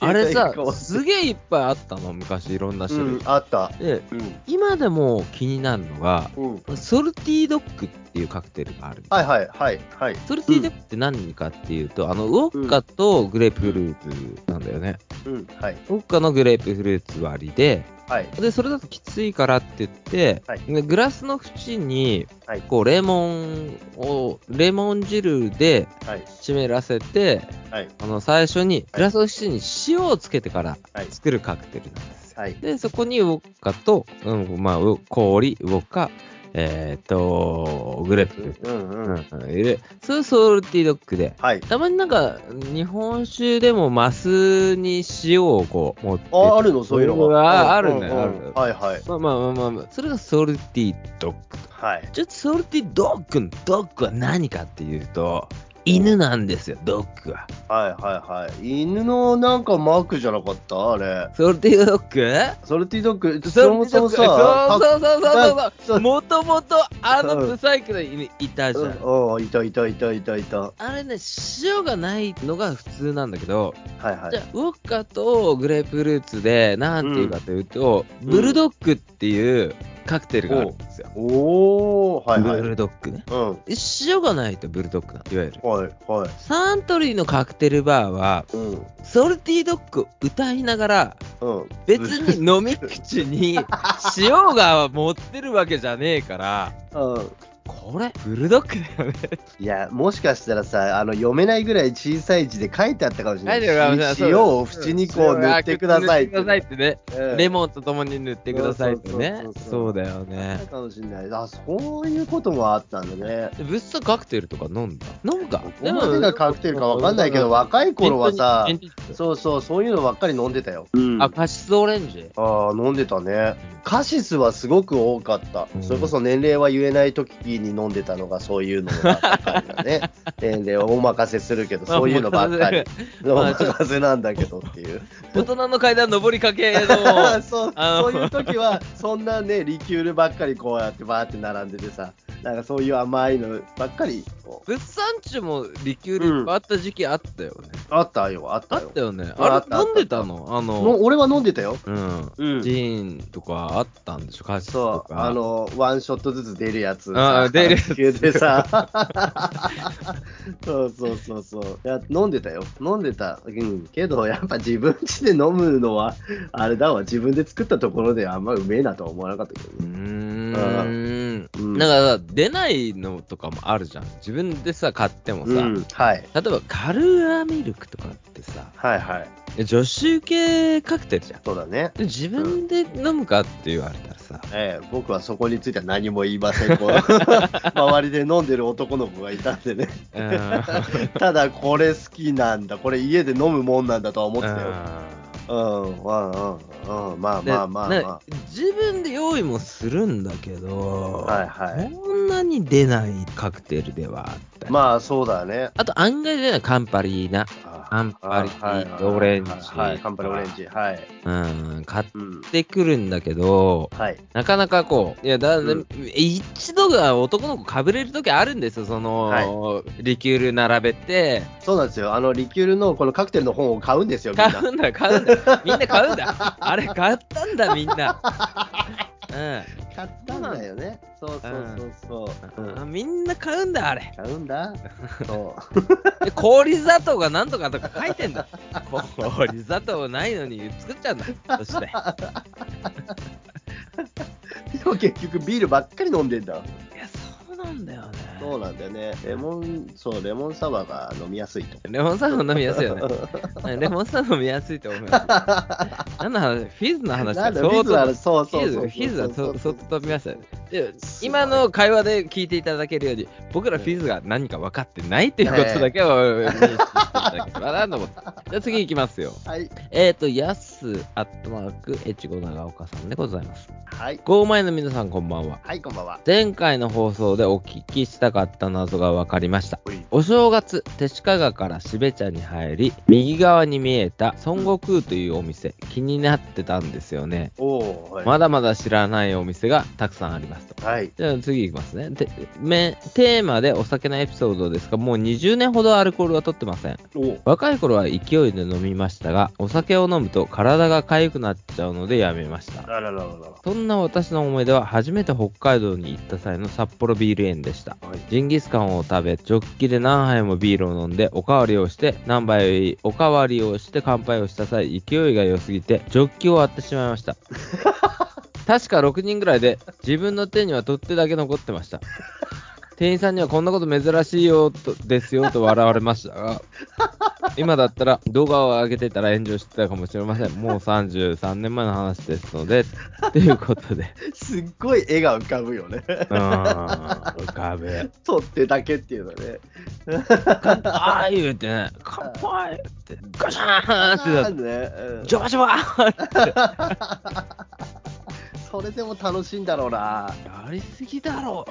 A: あれさ
B: 携帯変わ、って
A: すげえいっぱいあったの、昔いろんな種類。
B: うん、あった。
A: で、
B: うん。
A: 今でも気になるのが、
B: うん。
A: ソルティードッグっていうカクテルがあるんです
B: はいはいはいはい。
A: ソルティードッグって何かっていうと、あの、ウォッカとグレープフルーツなんだよね。
B: うん、はい
A: ウォッカのグレープフルーツ割りで、
B: はい。
A: で、それだときついからって言って、
B: はい
A: でグラスの縁に、
B: はい
A: こう、レモンを、レモン汁で
B: はい
A: 湿らせて、
B: はい
A: あの、最初に、グラスの縁に塩をつけてから
B: はい
A: 作るカクテルなんですよ。
B: はい。
A: で、そこにウォッカと、うん、まあ、ウォ氷、ウォッカ、えーっと、グレープ、
B: うん
A: う、
B: うんん。
A: うん、入れ、それソルティドッグで、
B: はい。
A: たまになんか、日本酒でもマスに塩をこう、持って、
B: あ、あるのそういうの
A: あ
B: が。
A: あるね
B: うんうん
A: ある
B: はいはい。
A: まあまあまあまあまあ、それがソルティドッグ。
B: はい。
A: ちょっとソルティドッグのドッグは何かっていうと、犬なんですよ、ドッグは。
B: はいはいはい。犬のなんかマークじゃなかったあれ。
A: ソルティドッグ
B: ソルティドッグ、
A: そ
B: そうもそもさ、
A: そうそうそうそうそ。
B: そうう
A: もともとあの
B: うん
A: ブサイクな犬いたじゃん。
B: うんうん、いたいたいたいたいた。は
A: あれね、塩がないのが普通なんだけど、
B: いは
A: じゃ
B: い
A: あ。ウォッカとグレープフルーツで、なんていうかというと、
B: うん
A: ブルドッグっていうカクテルがあるんですよ。
B: おお、はいはい。う
A: ブ
B: ん。
A: ルドッグね。
B: は
A: 塩がないとブルドッグなの、いわゆる。
B: いはい。
A: サントリーのカクテルバーは、
B: うん
A: ソルティドッグを歌いながら、
B: うん。
A: 別に飲み口に塩が持ってるわけじゃねえから、
B: うん。
A: これ、ブルドッグだよね。
B: いや、もしかしたらさ、あの読めないぐらい小さい字で書いてあったかもしれない。
A: 書いてあるかもしれない
B: し塩を縁にこう塗ってください
A: 塗ってて
B: っ。
A: くださいってね。
B: うん
A: レモンとともに塗ってくださいってね
B: そうそうそう。そう
A: そうだよ
B: あっ
A: ね
B: た。かもしれない。あ、そういうこともあったんだね。
A: 物質カクテルとか飲んだ飲むか
B: ここまでがカクテルかわかんないけど、若い頃はさ、そうそう、そういうのばっかり飲んでたよ。うん
A: あ、
B: あ
A: カシスオレンジ
B: あー、飲んでたね。カシスはすごく多かった
A: う。ん
B: それこそ年齢は言えない時に飲んでたのがそういうのばっかりだ [laughs] ね。年齢はお任せするけど、そういうのばっかり。お
A: まあちょっと
B: 任せなんだけどっていう。
A: [laughs] 大人の階段登りかけ
B: [laughs]
A: の、
B: そう [laughs]
A: あ
B: そ
A: の
B: ういう時は、そんなね、リキュールばっかりこうやってバーって並んでてさ、なんかそういう甘いのばっかりこう
A: 物産中もリキュールいっぱいあった時期あったよね。
B: あったよ、あっ
A: あ
B: たよ
A: っ。たよね。
B: あ
A: あ
B: った
A: れ、飲んでたのあ
B: の
A: の、
B: 俺は飲んでたよ。
A: うん。
B: うん
A: ジーンとかあったんでしょカシスと
B: そ
A: か。
B: う、あ、の、ワンショットずつ出るやつ。
A: あー出るやつ
B: やつ。でさ。 [laughs] そうそうそうそう。いや、飲んでたよ。飲んでた。うん。けど、やっぱ自分家で飲むのは、あれだわ。自分で作ったところであんまうめえなとは思わなかったけど
A: うー
B: ね。
A: ん。
B: うん
A: なんかさ、出ないのとかもあるじゃん。自分でさ、買ってもさ、
B: うん。はい。
A: 例えばカルアミルクとかってさ、
B: はいはい。
A: 女子受けカクテルじゃん。
B: そうだね。
A: で自分で飲むかって言われたらさ、
B: ええ、僕はそこについては何も言いませ
A: [laughs]
B: ん。こう周りで飲んでる男の子がいたんでね。
A: うん
B: ただ、これ好きなんだ。これ家で飲むもんなんだとは思ってたよ。
A: う
B: うん、うん、うん、うん、まあ
A: んで
B: まあまあ
A: な
B: ま
A: 自分で用意もするんだけど、
B: はいはい
A: こんなに出ないカクテルではあった
B: あ。
A: り
B: まあそうだね。
A: あと案外出ないカンパリーナ、カンパリ
B: はいはい
A: オレンジ
B: はい、カンパリオレンジ。はい。
A: うん、買っ
B: うん。
A: てくるんだけど、
B: はい。
A: なかなかこう、いや、だ、
B: うん
A: 一度が男の子かぶれるときあるんですよ、その、リキュール並べて、
B: そうなんですよ。あの、リキュールのこのカクテルの本を買うんですよ、
A: [laughs]
B: み
A: 買
B: んな。
A: うんだ、買うんだ、みんな買うんだ、あれ買ったんだ、みんな。
B: 買ったんだよね。そうそうそうそうう。
A: ん
B: う
A: あ、
B: ん
A: みんな買うんだ、あれ。
B: 買うん
A: [laughs]
B: だ。そう。
A: で氷砂糖がなんとかとか書いてんだ。氷砂糖ないのに作っちゃうんだ、そして。
B: でも結局ビールばっかり飲んでんだ。
A: いや、そうなんだよね。
B: そうなんだよね。レモン、そう、レモンサワーが飲みやすいと。
A: レモンサワー飲みやすいよね。レモンサワー飲みやすいと思うよ。何の話フィズの話
B: なんだ、
A: 相当
B: ビールは、そう
A: ヒ
B: そうそうそ
A: ー
B: う。
A: ズ、ヒーズはそそっと飛びましたよね。で、
B: すごい
A: 今の会話で聞いていただけるように、僕らフィーズが何か分かってないっていうことだけを認識していただけたらなと思って。じゃあ次行きますよ。
B: はい。
A: [laughs] えっ、ー、と、やす、アットマーク、越後長岡さんでございます。
B: はい。
A: ゴーマイの皆さんこんばんは。
B: はい、こんばんは。
A: 前回の放送でお聞きしたかった謎が分かりました。
B: おい
A: お正月、手鹿川から標茶に入り、右側に見えた孫悟空というお店、気になってたんですよね。
B: おお、はい。
A: まだまだ知らないお店がたくさんありますと。
B: はい。
A: じゃあ次いきますね。てめテーマでお酒のエピソードですが、もう20年ほどアルコールは取ってません。
B: お
A: 若い頃は勢いで飲みましたが、お酒を飲むと体が痒くなっちゃうのでやめました。
B: ららららら。
A: そんな私の思い出は初めて北海道に行った際の札幌ビール園でした。
B: はい。
A: ジンギスカンを食べ、ジョッキで何杯もビールを飲んで、おかわりをして、何杯、おかわりをして乾杯をした際、勢いが良すぎて、ジョッキを割ってしまいました。確か6人ぐらいで、自分の手には取っ手だけ残ってました。店員さんにはこんなこと珍しいよと、ですよと笑われましたが、今だったら動画を上げてたら炎上してたかもしれません。もう33年前の話ですので、ということで。
B: すっごい絵が浮かぶよね。
A: うーん、浮かべ。
B: 取ってだけっていうのね。
A: ああ言うてね、乾杯って、ガシャーンってな
B: あ
A: っ
B: ー
A: て、
B: ねうん
A: ジョバジョバーって。
B: それでも楽しいんだろうな。
A: やりすぎだ
B: [laughs]
A: ろ。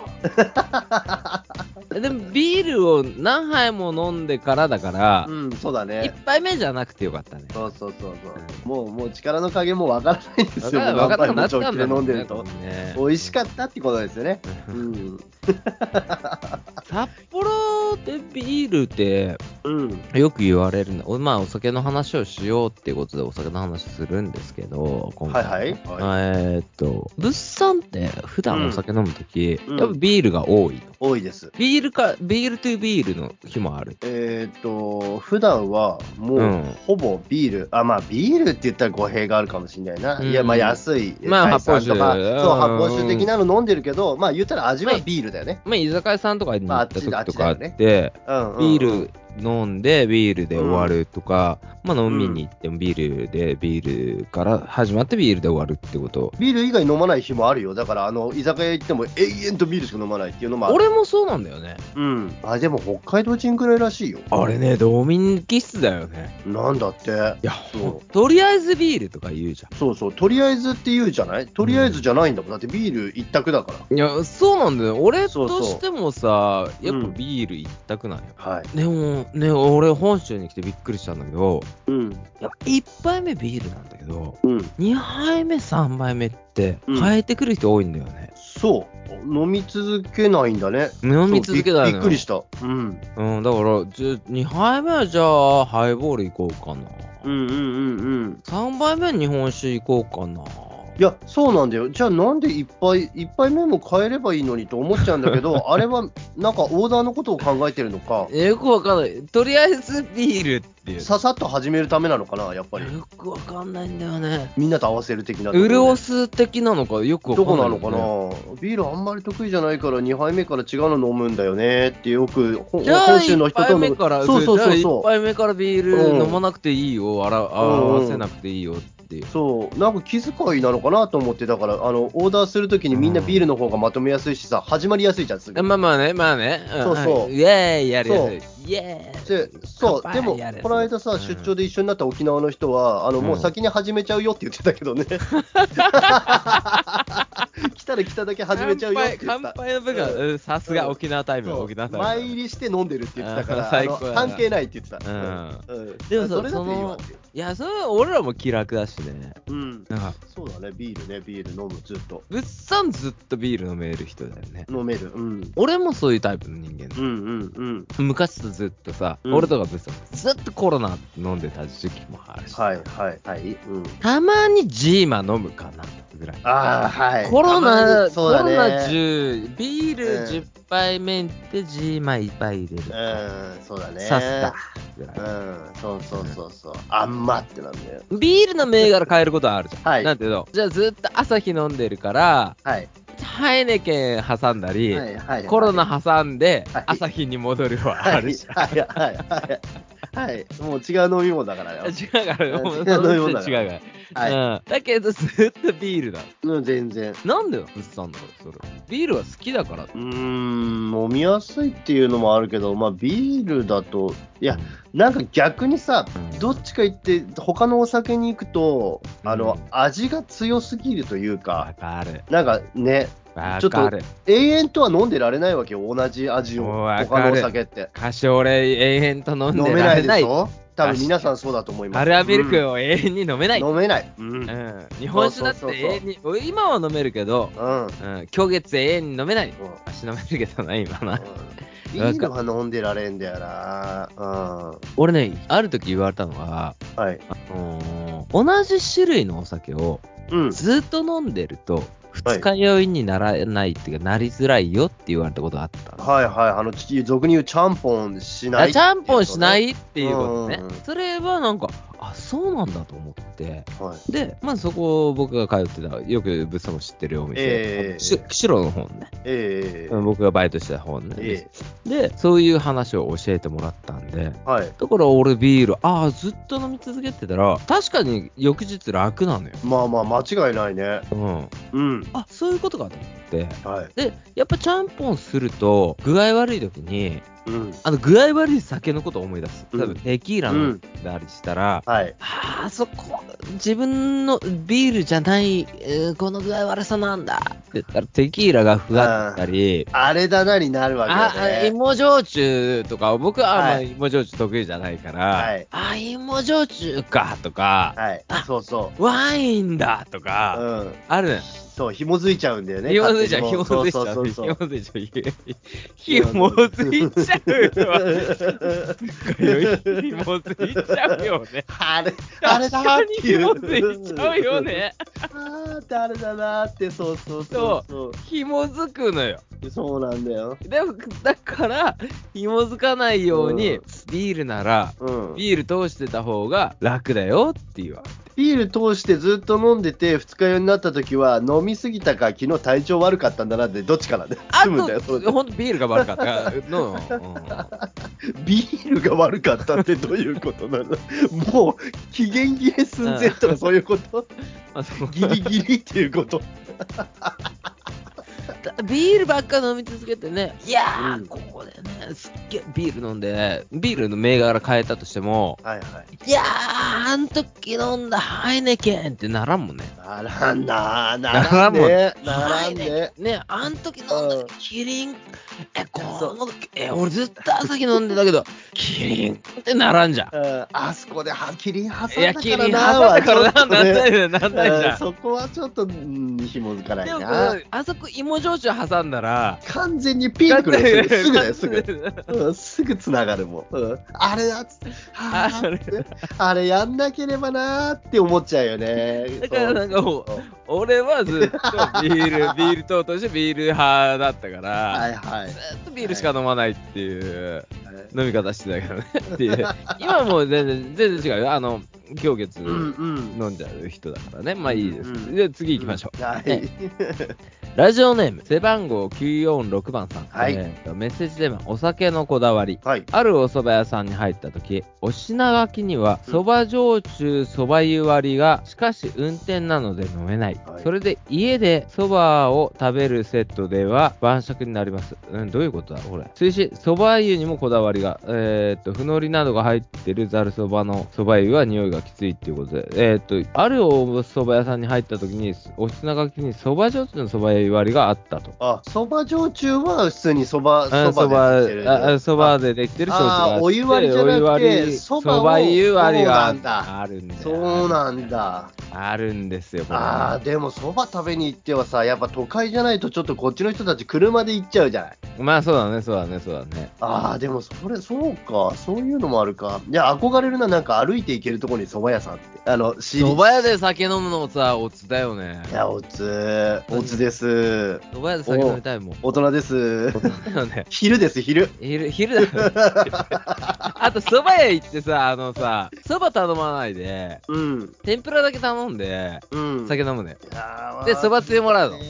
A: でもビールを何杯も飲んでからだから
B: う、ん、そうだね。
A: 1杯目じゃなくてよかったね。
B: そうそうそうそう。もう、もう力の加減もわからないんですよ。
A: わからなくな
B: も
A: っ
B: う
A: ちゃ
B: 何
A: ったんだ
B: 杯もジョッキで
A: も
B: 飲
A: ん
B: ん
A: ね
B: でると。
A: ね
B: 美味しかったってことですよね。うん。
A: 札幌でビールって、
B: うん。
A: よく言われるの、まあ、お酒の話をしようっていうことでお酒の話するんですけど、今回。
B: はいはい
A: えーっと、物産って普段お酒飲むとき、
B: うん
A: やっぱビールが多いの。
B: 多いです。
A: ビールか、ビールとビールの日もある。
B: えーっ、と、普段はもう、
A: うん
B: ほぼビール、あ、まあビールって言ったら語弊があるかもしれないな。
A: うん
B: いや、まあ安い、
A: まあ
B: 海産とか
A: 発泡酒
B: そう、
A: うん
B: 発泡酒的なの飲んでるけど、まあ言ったら味は
A: はい
B: ビールだよね。
A: まあ、居酒屋さんとかに行った時
B: まああっ
A: と
B: ち
A: か
B: だ
A: あ
B: あ
A: っ
B: っちだよね
A: て、
B: うん、うん。
A: ビール飲んで、ビールで終わるとか、まあ飲みに行ってもビールで、ビールから始まってビールで終わるってこと。
B: ビール以外飲まない日もあるよ。だから、あの、居酒屋行っても永遠とビールしか飲まないっていうのもある。
A: 俺もそうなんだよね。
B: うん。あ、でも北海道人くらいらしいよ。
A: あれね、道民気質だよね。
B: なんだっ
A: い
B: て。
A: や、
B: そう
A: とりあえずビールとか言うじ
B: そうそう、とりあえずって言うじゃないとりあえずじゃないんだもん。だってビール一択だから。
A: ゃん。いや、そうなんだよ。俺
B: そうそう
A: としてもさ、やっぱ
B: うん
A: ビール一択なんよ。
B: はい。
A: でも、ね、俺、本州に来てびっくりしたんだけど、
B: うん。
A: やっぱ1杯目ビールなんだけど、
B: うん。
A: 2杯目、3杯目って
B: うん
A: 変えてくる人多いんだよね。
B: そう。飲み続けないんだね。
A: 飲み続けた
B: そ
A: ら
B: うびびっくりした。うん。
A: うん、だから、じ2杯目はじゃあ、ハイボール行こうかな。
B: うんうんうんうん。
A: 3杯目は日本酒行こうかな。
B: いや、そうなんだよ。じゃあなんで一杯、一杯目も変えればいいのにと思っちゃうんだ
A: [laughs]
B: けど、あれはなんかオーダーのことを考えてるのか、
A: よくわかんない。とりあえずビールっていう。
B: ささっと始めるためなのかな、やっぱり。
A: よくわかんないんだよね。
B: みんなと合わせる的なところね。
A: 潤す的なのかよくわか
B: ど
A: んな
B: こ
A: い、
B: なのかな、ビールあんまり得意じゃないから、2杯目から違うの飲むんだよねって、よくほ
A: じゃあ
B: 本州の
A: 1
B: 人
A: 杯
B: と
A: 目
B: の
A: から、
B: そうそうそう
A: じゃあ1
B: そう。
A: 杯目からビール飲まなくていいよ、あら合わせなくていいよっていう。
B: そうなんか気遣いなのかなと思って、だからあのオーダーするときにみんなビールの方がまとめやすいしさ、始まりやすいじゃん、すぐ。
A: まあまあね、まあね。ん
B: そうそう
A: はいイェーイやるやる。イェー
B: で
A: イ
B: そう、
A: 乾
B: で
A: 杯
B: も、
A: やる
B: この間さ、
A: うん
B: 出張で一緒になった沖縄の人は、あの、
A: うん
B: もう先に始めちゃうよって言ってたけ
A: [laughs]
B: どね。来たら来ただけ始めちゃうよって言っ
A: 乾杯
B: てた。
A: 乾杯の部が、うんさすが沖縄タイム、
B: そう
A: 沖縄タイム。
B: 前入りして飲んでるって言ってたか
A: あー
B: ら、あ
A: 最
B: の
A: 高だな
B: 関係ないって言ってた。
A: う
B: うん
A: でもそ
B: それだっていいわっていう。
A: いや、それ俺らも気楽だしね。
B: うん。
A: なんか、
B: そうだね、ビールね、ビール飲む、ずっと。
A: 物産ずっとビール飲める人だよね。
B: 飲める。うん。
A: 俺もそういうタイプの人間だ
B: うんうんうん。
A: 昔とずっとさ、
B: うん
A: 俺とか別にずっとコロナ飲んでた時期もあるし、
B: はいはいはい。うん。
A: たまにジーマ飲むかなぐらい。
B: ああ、はい。
A: コロ
B: たま
A: ナ、
B: に
A: コ
B: そう
A: ロ
B: だね。
A: ナ10、ビール
B: うん
A: 10杯目ってジーマ1杯入れるか。
B: うん、そうだね。
A: さすがぐらい。
B: うん、そうそうそうそう。あんまってなんだよ。
A: ビールの銘柄変えることはあるじゃん。
B: はい
A: なんていうのじゃあずっと朝日飲んでるから、
B: はい。
A: ハイネケン挟んだり、
B: はいはい。
A: コロ
B: は
A: ナ挟んで、
B: はい
A: 朝日に戻るはいあるじゃん。
B: はいはいはい。はい。もう違う飲み物だからよ。
A: 違うから、もう
B: [laughs] 違う
A: その
B: 飲み物だ
A: 店違うから。
B: はい。
A: うん、だけどずっとビールだ
B: うん、全然。
A: なんで物産だろうそれビールは好きだから
B: うーん、飲みやすいっていうのもあるけど、まあビールだと、いや、なんか逆にさ、どっちか言って、他のお酒に行くと、あの、
A: うん
B: 味が強すぎるというか
A: わ、かる
B: なんかね、
A: わ
B: ちょっと
A: かる
B: 永遠とは飲んでられないわけよ、同じ味を、
A: わかる
B: 他のお酒って。
A: 歌唱俺永遠と飲ん
B: 飲
A: で
B: め
A: ら
B: ない
A: れ
B: で
A: ない
B: しょ多分皆さんそうだと思います。
A: アルアミル
B: うん
A: クを永遠に飲めない、うん
B: 飲めない。うん。うん。
A: 日本酒だって
B: そうそうそう
A: 永遠に俺今は飲めるけど、
B: うん
A: うん、今月永遠に飲めない足飲めるけどな今な
B: ビールは飲んでられんだよな。うん。
A: 俺ねある時言われたのは
B: はい。
A: あのー同じ種類のお酒を
B: うん。
A: ずっと飲んでると
B: はい
A: 二日酔いにならないっていうか、なりづらいよって言われたことがあったの
B: はいはい。あの、ち俗に言うちゃんぽんしない。
A: あちゃんぽんしな。いっていうこと
B: う
A: ね
B: んうんうん。
A: それはなんか、あ、そうなんだと思って。
B: はい。
A: で、まずそこ僕が通ってた、よく物産も知ってるお店。
B: ええ
A: し白の方のね。
B: ええ
A: 僕がバイトしてた方のね。
B: え
A: で、そういう話を教えてもらったんで。
B: えはい。
A: だから俺ビール、ああ、ずっと飲み続けてたら、確かに翌日楽なのよ。
B: まあまあ、間違いないね。
A: うん。
B: うん。
A: あ、そういうことかと思って。
B: はい。
A: で、やっぱちゃんぽんすると、具合悪い時に、
B: うん。
A: あの具合悪い酒のことを思い出す。多
B: うん
A: 分テキーラ飲んだりしたら、
B: はい。
A: あーそこ、自分のビールじゃない、えーこの具合悪さなんだっってたらテキーラがふわったり、
B: あれだなになるわけ
A: あ、あ
B: だね。
A: 芋焼酎とか、僕はあんま
B: はい
A: り芋焼酎得意じゃないから、
B: はい
A: あ、芋焼酎かとか、
B: はい
A: あ。
B: そうそ
A: ワインだと
B: う。う
A: か、
B: ん。
A: あるのよ。
B: そう、紐づいちゃうんだよね。
A: ひもづいちゃう、ひ
B: 勝
A: も
B: 手にも
A: づ
B: う
A: いちゃう、
B: そうそうそう [laughs]
A: ひ
B: そ
A: もづいちゃう。ひもづいちゃうわ。ひもづいちゃうよね。
B: あれ、あれだーって
A: ひ
B: いう。
A: もづいちゃうよ。ね。
B: あーってあれだなーって、そうそうそうそ
A: ひもづくのよ。
B: う。そうなんだよ。
A: でも、だから、ひもづかないように、
B: うん
A: ビールなら、
B: うん、
A: ビール通してた方が楽だよっていうわ。
B: ビール通してずっと飲んでて二日酔いになった時は飲みすぎたか昨日体調悪かったんだなってどっちかなんで
A: あ
B: 済むんだよそれで
A: と、ほんとビールが悪かった。の、うん
B: [laughs] ビールが悪かったってどういうことなのもう期限切れ寸前とかそういうこと
A: あそう
B: ギリギリっていうこと
A: ビールばっか飲み続けてね、いやー、
B: うん
A: ここでね、すっげえビール飲んで、ビールの銘柄変えたとしても、
B: はいはい
A: いやー、あん時飲んだハイネケンってならんもんね。
B: ならんなな
A: なら
B: ら
A: ん
B: ん
A: もん
B: ねならんね
A: ね。ね、あん時飲ん
B: う
A: だ
B: ん
A: キリン、え、こ
B: そう
A: の、え、俺ずっと朝日飲んでたけど、キリンってならんじゃん。
B: うんあそこではキリン挟ん
A: いや、
B: だ
A: キリ
B: か
A: ン挟
B: ら
A: ん
B: な
A: だからな、なんない
B: い
A: じゃん、なんないじゃん。
B: そこはちょっとうん紐づかない
A: でも
B: な、
A: あそこ芋焼酎挟んだら、
B: 完全にピンクのやつすぐだよすぐ
A: ぐ。
B: うんすぐつながるもん、うんあれだっつってはあ
A: あれ
B: ってあれやんなければなーって思っちゃうよね
A: [laughs] だからなんかもう
B: そう
A: 俺はずっとビ
B: [laughs]
A: ール、ビール等としてビール派だったから、
B: はいはい
A: ずっとビールしか飲まないっていう飲み方してたけどねって
B: [laughs]
A: いう。今はもう全然、全然違うよ。あの、狂月
B: うんうん
A: 飲んじゃう人だからね。まあいいです。
B: うんうん
A: じゃあ次行きましょう。
B: はい
A: ねラジオネーム、背番号946番さん。
B: はい
A: えーとメッセージテーマ、お酒のこだわり。
B: [laughs] はい
A: あるお蕎麦屋さんに入った時、お品書きには、蕎麦焼酎、蕎麦湯割りが、しかし運転なので飲めない。
B: はい
A: それで、家で蕎麦を食べるセットでは晩酌になります。うん、どういうことだこれ。追伸、蕎麦湯にもこだわりが、えーっと、ふのりなどが入ってるざる蕎麦の蕎麦湯は匂いがきついっていうことで、えーっと、あるお蕎麦屋さんに入った時に、お品書きに蕎麦焼酎の蕎麦湯割りがあったと。
B: あそば焼酎は普通にそば
A: あ
B: そ
A: そ
B: ば
A: ば
B: で
A: ああそばでできてるソースがあって
B: あーお湯割りじゃな
A: お
B: くて
A: 湯割り
B: そばを
A: そば湯割りが
B: そうなんだ
A: あるんだよ
B: そうなんだ
A: あるんですよこれ
B: あーでもそば食べに行ってはさやっぱ都会じゃないとちょっとこっちの人たち車で行っちゃうじゃない
A: まあそうだねそうだねそうだね
B: ああでもそれそうかそういうのもあるかいや憧れるななんか歩いて行けるところにそば屋さんってあの知り
A: そば屋で酒飲むのもさおつだよね
B: いや、おつ、おつです。
A: そば屋で酒飲みたいもん
B: 大
A: [laughs]
B: 人で
A: だ
B: す。
A: よね
B: 昼です、昼。
A: 昼昼だ
B: [laughs]
A: よねあとそば屋行ってさあのさそば頼まないで
B: うん、
A: 天ぷらだけ頼んで
B: うん。
A: 酒飲むねで
B: で
A: そばつゆもらうの
B: はい。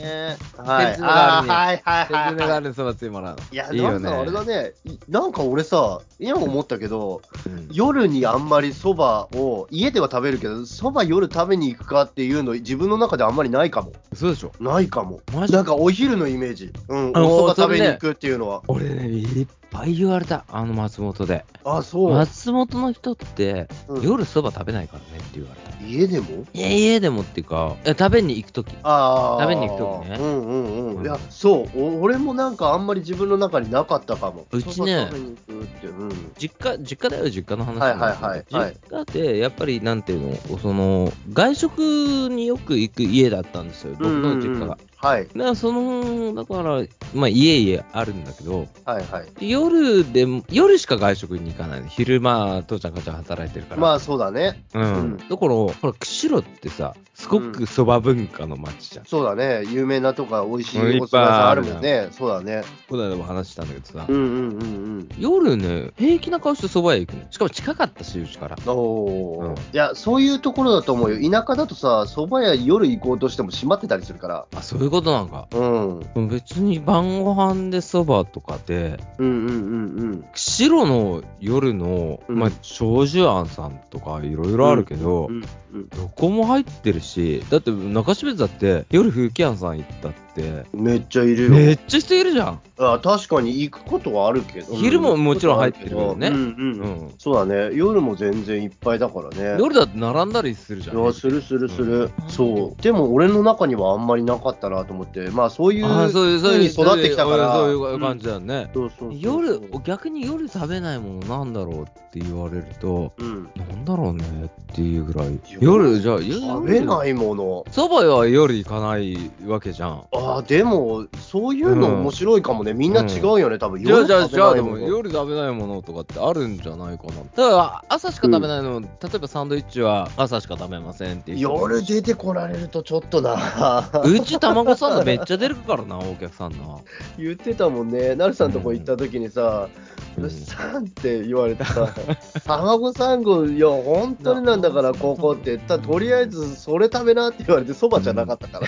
B: はい
A: つゆの代わりに
B: あーはいはい
A: 手
B: はい
A: 詰めが
B: は
A: あるそばつゆもらうの
B: い。いや、
A: いいよ
B: なん
A: ね
B: かあれだね、いなんか俺さ、今思ったけど、
A: うん
B: 夜にあんまりそばを、家では食べるけど、そば夜食べに行くかっていうの、自分の中であんまりないかも。
A: そうでしょ
B: ないかも。
A: マジ
B: なんかお昼のイメージ。うん、
A: あ
B: おそば
A: そ
B: 食べ
A: れね
B: に行くっていうのは。
A: 俺ね、いっぱい言われた、あの松本で。
B: あ、そう。
A: 松本の人って、
B: うん
A: 夜そば食べないからねって言われた。
B: 家でも
A: いや、家でもっていうか、いや食べに行くとき。
B: ああ
A: 食べに行く時ね
B: うんうん
A: う
B: うんんいやそうお俺もなんかあんまり自分の中になかったかも
A: うちね
B: そば食べに行くってうん
A: 実家、実家だよ、実家の話
B: は
A: ないん
B: は
A: だ
B: い
A: けど。
B: はいはい
A: 実家って、やっぱり、なんていうの、その、外食によく行く家だったんですよ、僕の実
B: う
A: 家
B: んうんうん
A: が。
B: はい
A: だから、その、だから、まあ、家々あるんだけど、
B: はいはい
A: 夜でも、夜しか外食に行かないの。昼間、父ちゃん母ちゃん働いてるから。
B: まあそうだね
A: うん
B: うん
A: だから、ほら、釧路ってさ、すごくそば文化の街じゃん。
B: そうだね有名なとか美味しい
A: うん
B: お蕎麦屋さんあるもんねそうだね
A: この間も話したんだけどさ、
B: うんうんうん
A: 夜ね、平気な顔して蕎麦屋行くの。しかも近かったし、うちから。
B: うん
A: う
B: お
A: ん
B: ーいやそういうところだと思うよ田舎だとさ蕎麦屋夜行こうとしても閉まってたりするから
A: あ、そういうことなんか。
B: うんうん
A: 別に晩ご飯で蕎麦とかで、
B: うんうん
A: 釧路の夜の、
B: うん
A: まあ、長寿庵さんとかいろいろあるけど、
B: うんうんうん
A: どこも入ってるし、だって中標津だって夜風紀庵さん行ったって。
B: めっちゃいるよ。
A: めっちゃ人いるじゃん。
B: あ確かに行くことはあるけど。
A: 昼ももちろん入ってるよね
B: うんうん
A: う
B: うん
A: ん。
B: そうだね。夜も全然いっぱいだからね。
A: 夜だって並んだりするじゃん。
B: いやするするする、
A: うん
B: そうでも俺の中にはあんまりなかったなと思ってまあそういう
A: あーそういう、そういう、
B: 風に育ってきたから
A: そういうそういう感じだよね。
B: そうそうそうそう
A: 夜、逆に夜食べないものなんだろうって言われると、
B: うん
A: なんだろうねっていうぐらい。
B: 夜
A: 夜、じゃあ、
B: 食べ
A: い
B: ないもの
A: そばは夜行かないわけじゃん。
B: あーでもそういうの面白いかもね、みんな違うよね多分
A: じゃあ、
B: 夜
A: じゃあ、
B: 食べ
A: じゃあ、
B: な
A: で
B: いも
A: も
B: の
A: 夜食べないものとかってあるんじゃないかな。だから、朝しか食べないの、例えばサンドイッチは朝しか食べませんっていう人も。
B: 夜出てこられるとちょっとな [laughs]
A: うち卵サンドめっちゃ出るからな、お客さんな。
B: 言ってたもんねなるさんとこ行った時にさ「
A: うん
B: うっさん」って言われてさ「卵サンゴいや本当になん
A: [laughs]
B: だからここ」って言ったらとりあえずそれ食べなって言われてそばじゃなかったから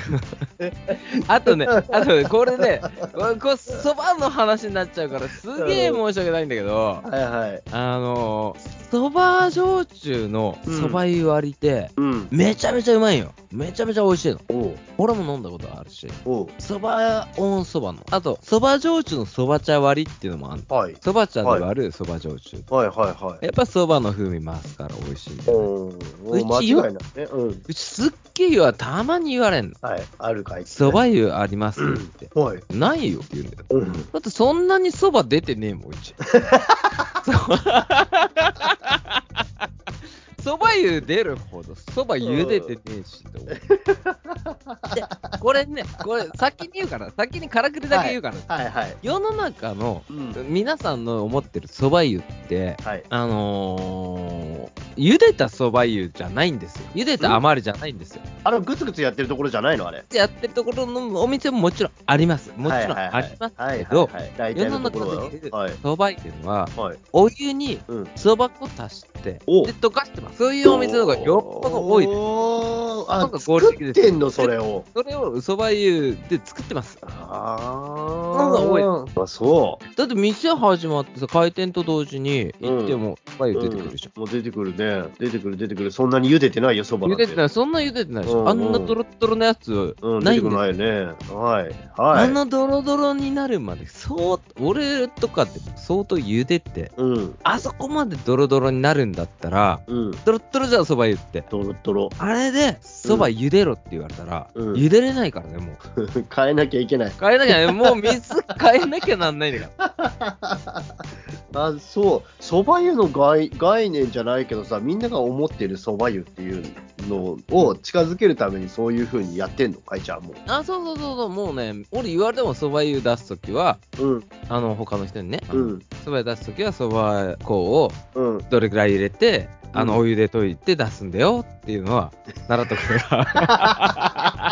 A: あとね、あとね、これね、これ、こそばの話になっちゃうから、すげえ申し訳ないんだけど、
B: はいはい。
A: あのー、そば焼酎のそば湯割りって、
B: うん。
A: めちゃめちゃうまいよ。めちゃめちゃ美味しいの。
B: おう
A: 俺も飲んだことあるし。
B: おう
A: そば温そばの。あと、そば焼酎のそば茶割りっていうのもある。
B: はい。
A: そば茶で割るそば焼酎。
B: はいはいはい。
A: やっぱそばの風味増すから美味しいんだよね、
B: うん。も
A: う
B: う
A: ち
B: 間違いないね。うん。
A: うちすっげえ湯はたまに言われんの。
B: はい。あるかい。
A: そば湯ありますって。
B: はい。
A: ないよって言うんだよ。
B: うん。
A: だってそんなにそば出てねえもん、うち。 [laughs] そば湯出るほど、そば茹でてねえしって思う。で、これね、これ先に言うから、先にからくりだけ言うから、
B: はいはい。
A: 世の中の
B: うん。
A: 皆さんの思ってるそば湯って、
B: はい。
A: あのー、茹でたそば湯じゃないんですよ。茹でた余りじゃないんですよ。
B: あの、ぐつぐつやってるところじゃないのあれ。
A: やってるところのお店ももちろんあります。もちろん
B: はいはい
A: あります
B: はい
A: け
B: はい
A: ど、
B: はい。大体のところ
A: 世の中で
B: だよ。はい。
A: そば湯っていうのは、
B: はい。
A: お湯に
B: うん。
A: そば粉足して、で
B: お
A: 溶かしてます。そういうお店の方がよっぽど多いです。
B: おーあ
A: なんか合理的で
B: 作
A: す
B: ってんのそ
A: [laughs]
B: れを。
A: それをそば湯で作ってます。
B: あ
A: なんか多
B: あ。あ、そ
A: だって店始まってさ、開店と同時に行ってもそば
B: う。
A: 湯出てくるじゃん。
B: うんもう出てくるね。出てくる出てくる。そんなに茹でてないよ、そばな
A: 茹
B: んて。
A: でてない、そんな茹でてないでしょ。
B: うんうん
A: あんなドロッドロのやつ、
B: うん、
A: な
B: 出
A: い
B: て
A: ん
B: こ
A: だよ。
B: ないね。はい。
A: あ
B: はい。
A: のドロドロになるまで、そう、俺とかって相当茹でて、
B: うん。
A: あそこまでドロドロになるんだったら、
B: うん。
A: ドロッドロじゃん、そば湯って。
B: ドロドロ。
A: あれで、そば茹でろって言われたら、
B: うん
A: 茹でれないからね、もう。
B: 変えなきゃいけない。
A: 変えなきゃね、もう水変えなきゃなんないんだから。
B: あ、そう。蕎麦湯の概概念じゃないけどさ、みんなが思ってる蕎麦湯っていうのを近づけるためにそういう風にやってんのかいちゃんも
A: [laughs] あ、そうそうそうそう、もうね、俺言われてもそば湯出すときは、
B: う。うん。
A: あの、他の人にね、
B: うん。
A: そば湯出すときは、そば粉を
B: うん。
A: どれくらい入れて、あ
B: う
A: の、
B: ん
A: お湯で溶いて出すんだよっていうの [laughs] は、習っとくから。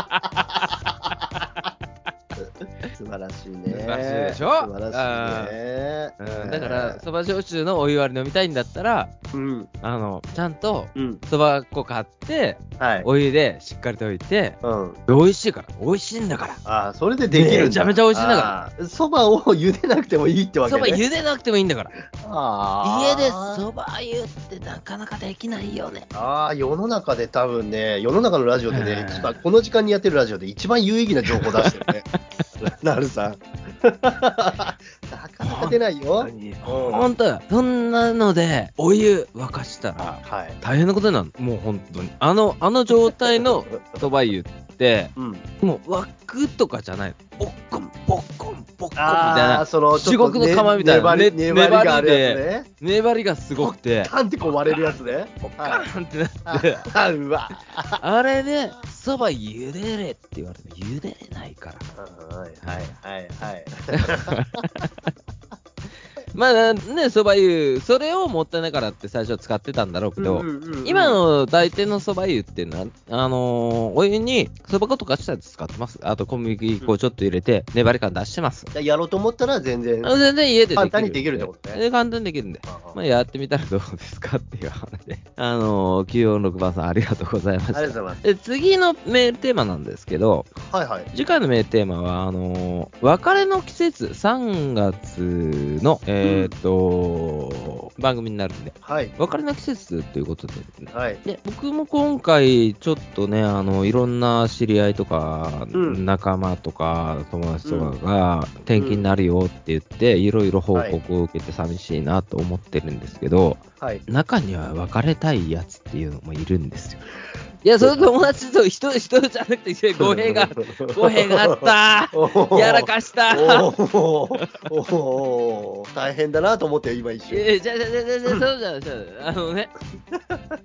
B: 素晴らしいね。
A: 素晴らしいでしょ
B: 素晴らしいね。
A: うんだから、、そば焼酎のお湯割り飲みたいんだったら、
B: うん。
A: あの、ちゃんと、
B: うん。
A: そば粉買って、
B: はい。
A: お湯でしっかり溶いて、
B: うん。
A: 美味しいから、美味しいんだから。
B: ああ、それででき
A: め
B: るんだ。。
A: ちゃめちゃ美味しいんだから
B: そばを茹でなくてもいいってわけ
A: そ
B: ね。
A: ば茹でなくてもいいんだから。
B: あ
A: 家
B: ー
A: でそば湯ってなかなかできないよね。
B: ああ、世の中で多分ね、世の中のラジオでね、
A: うん
B: 一番この時間にやってるラジオで一番有意義な情報出して [laughs] るね。なるさん。なかなか出ないよ。
A: ほんと、そんなので、お湯沸かしたら、
B: はい。
A: 大変なことになるのもう本当に。あの、あの状態のそば湯って、
B: うん。
A: もう沸くとかじゃない。ボッコン、ボッコン、ボッコンみたい
B: ああ、
A: な。
B: その、
A: 至極の釜みたいな
B: ね
A: ね
B: 粘り粘りがあるやつね。
A: 粘りがすごくて、
B: パンってこう割れるやつね。
A: カ
B: はい
A: ーンってなって、
B: [laughs] あ、うわ。
A: あれで、そば茹でれって言われて、茹でれないから。
B: はいはいはいはい。
A: まあね、そば湯、それをもったいないからって最初使ってたんだろうけど、
B: うんうんうん
A: 今、の大抵のそば湯っていうのは、あのーお湯にそば粉とかしたやつ使ってます。あと小麦粉をちょっと入れて、粘り感出してます。
B: やろうと思ったら全然。
A: あの全然家でできる。
B: 簡単にできるってことね
A: で簡単にできるんで。まあ、やってみたらどうですかっていう話で。 [laughs] あのー、946番さんありがとうございま
B: ありがとう
A: し
B: ご
A: た。
B: ざいます。
A: で次のメールテーマなんですけど、
B: はいはい。
A: 次回のメールテーマは、あのー別れの季節、3月の、えっ、と番組になるんで、
B: はい。
A: 別れな季節ということでですね。
B: はい。
A: で僕も今回、ちょっとね、あのいろんな知り合いとか、
B: うん
A: 仲間とか、友達とかが、転勤になるよって言って、いろいろ報告を受けて寂しいなと思ってるんですけど、
B: はい。
A: 中には別れたいやつっていうのもいるんですよ。いや、その友達と人、人じゃなくて、語弊が、語弊があ [laughs] っ
B: お
A: た
B: ー
A: やらかした
B: おーおーおー大変だなと思って今一
A: い
B: 瞬。
A: やじゃあじゃあじゃあじゃあじ
B: [laughs]
A: ゃあそうじゃんそうじゃんあのね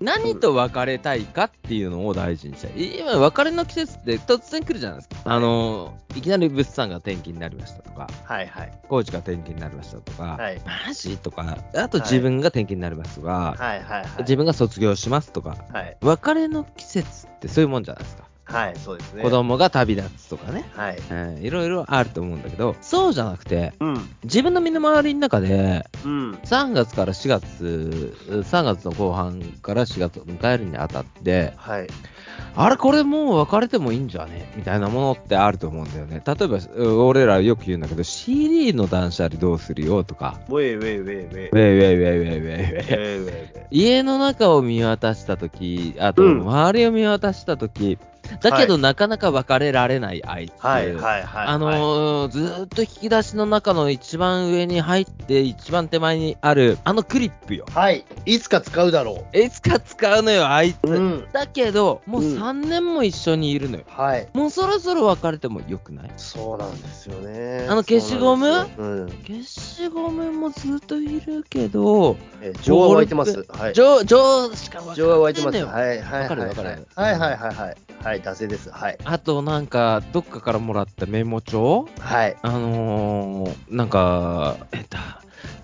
A: 何と別れたいかっていうのを大事にしたい今別れの季節って突然来るじゃないですかあのいきなり物産が転勤になりましたとか
B: はいはい。
A: コーチが転勤になりましたとか、
B: はい
A: マジとかあと自分が転勤になりますとか、
B: はいはいはい。
A: 自分が卒業しますとか
B: はい。
A: 別れの季節ってそういうもんじゃないですか、
B: はい、そうですね。
A: 子供が旅立つとかね、
B: はい。
A: うんいろいろあると思うんだけどそうじゃなくて
B: うん。
A: 自分の身の回りの中で
B: うん。
A: 3月から4月、3月の後半から4月を迎えるにあたって、
B: はい。
A: あれ、これもう別れてもいいんじゃねみたいなものってあると思うんだよね。例えば、う俺らよく言うんだけど、CD の断捨離どうするよとか、
B: ウェイウェイウェイウェイ。
A: ウェイウェイウェイウェイウェイウ
B: ウ
A: ェイ。
B: ェイウェイウェイ。
A: 家の中を見渡したとき、あと、
B: うん
A: 周りを見渡したとき、だけど、
B: は
A: なかなか別れられないあいつ。
B: はいはいはい。
A: あのーずーっと引き出しの中の一番上に入って、一番手前にある、あのクリップよ。
B: はい。いつか使うだろ
A: いつか使うのよ、あいつ。
B: う。うん。
A: だけど、もう
B: うん
A: 3年も一緒にいるのよ。
B: はい。
A: もうそろそろ別れてもよくない
B: そうなんですよね。
A: あの消しゴム
B: そうなんですようん。
A: 消しゴムもずっといるけど、
B: えー、情は湧いてます。はい。
A: 情、情しか分
B: 情は湧いて
A: かんな
B: ま
A: い
B: す。
A: のよ。
B: はいはいはい。
A: わかるわかる
B: はいはいはいはい。はい、惰性です。はい。
A: あとなんか、どっかからもらったメモ帳
B: はい。
A: あのー、なんか、えっと、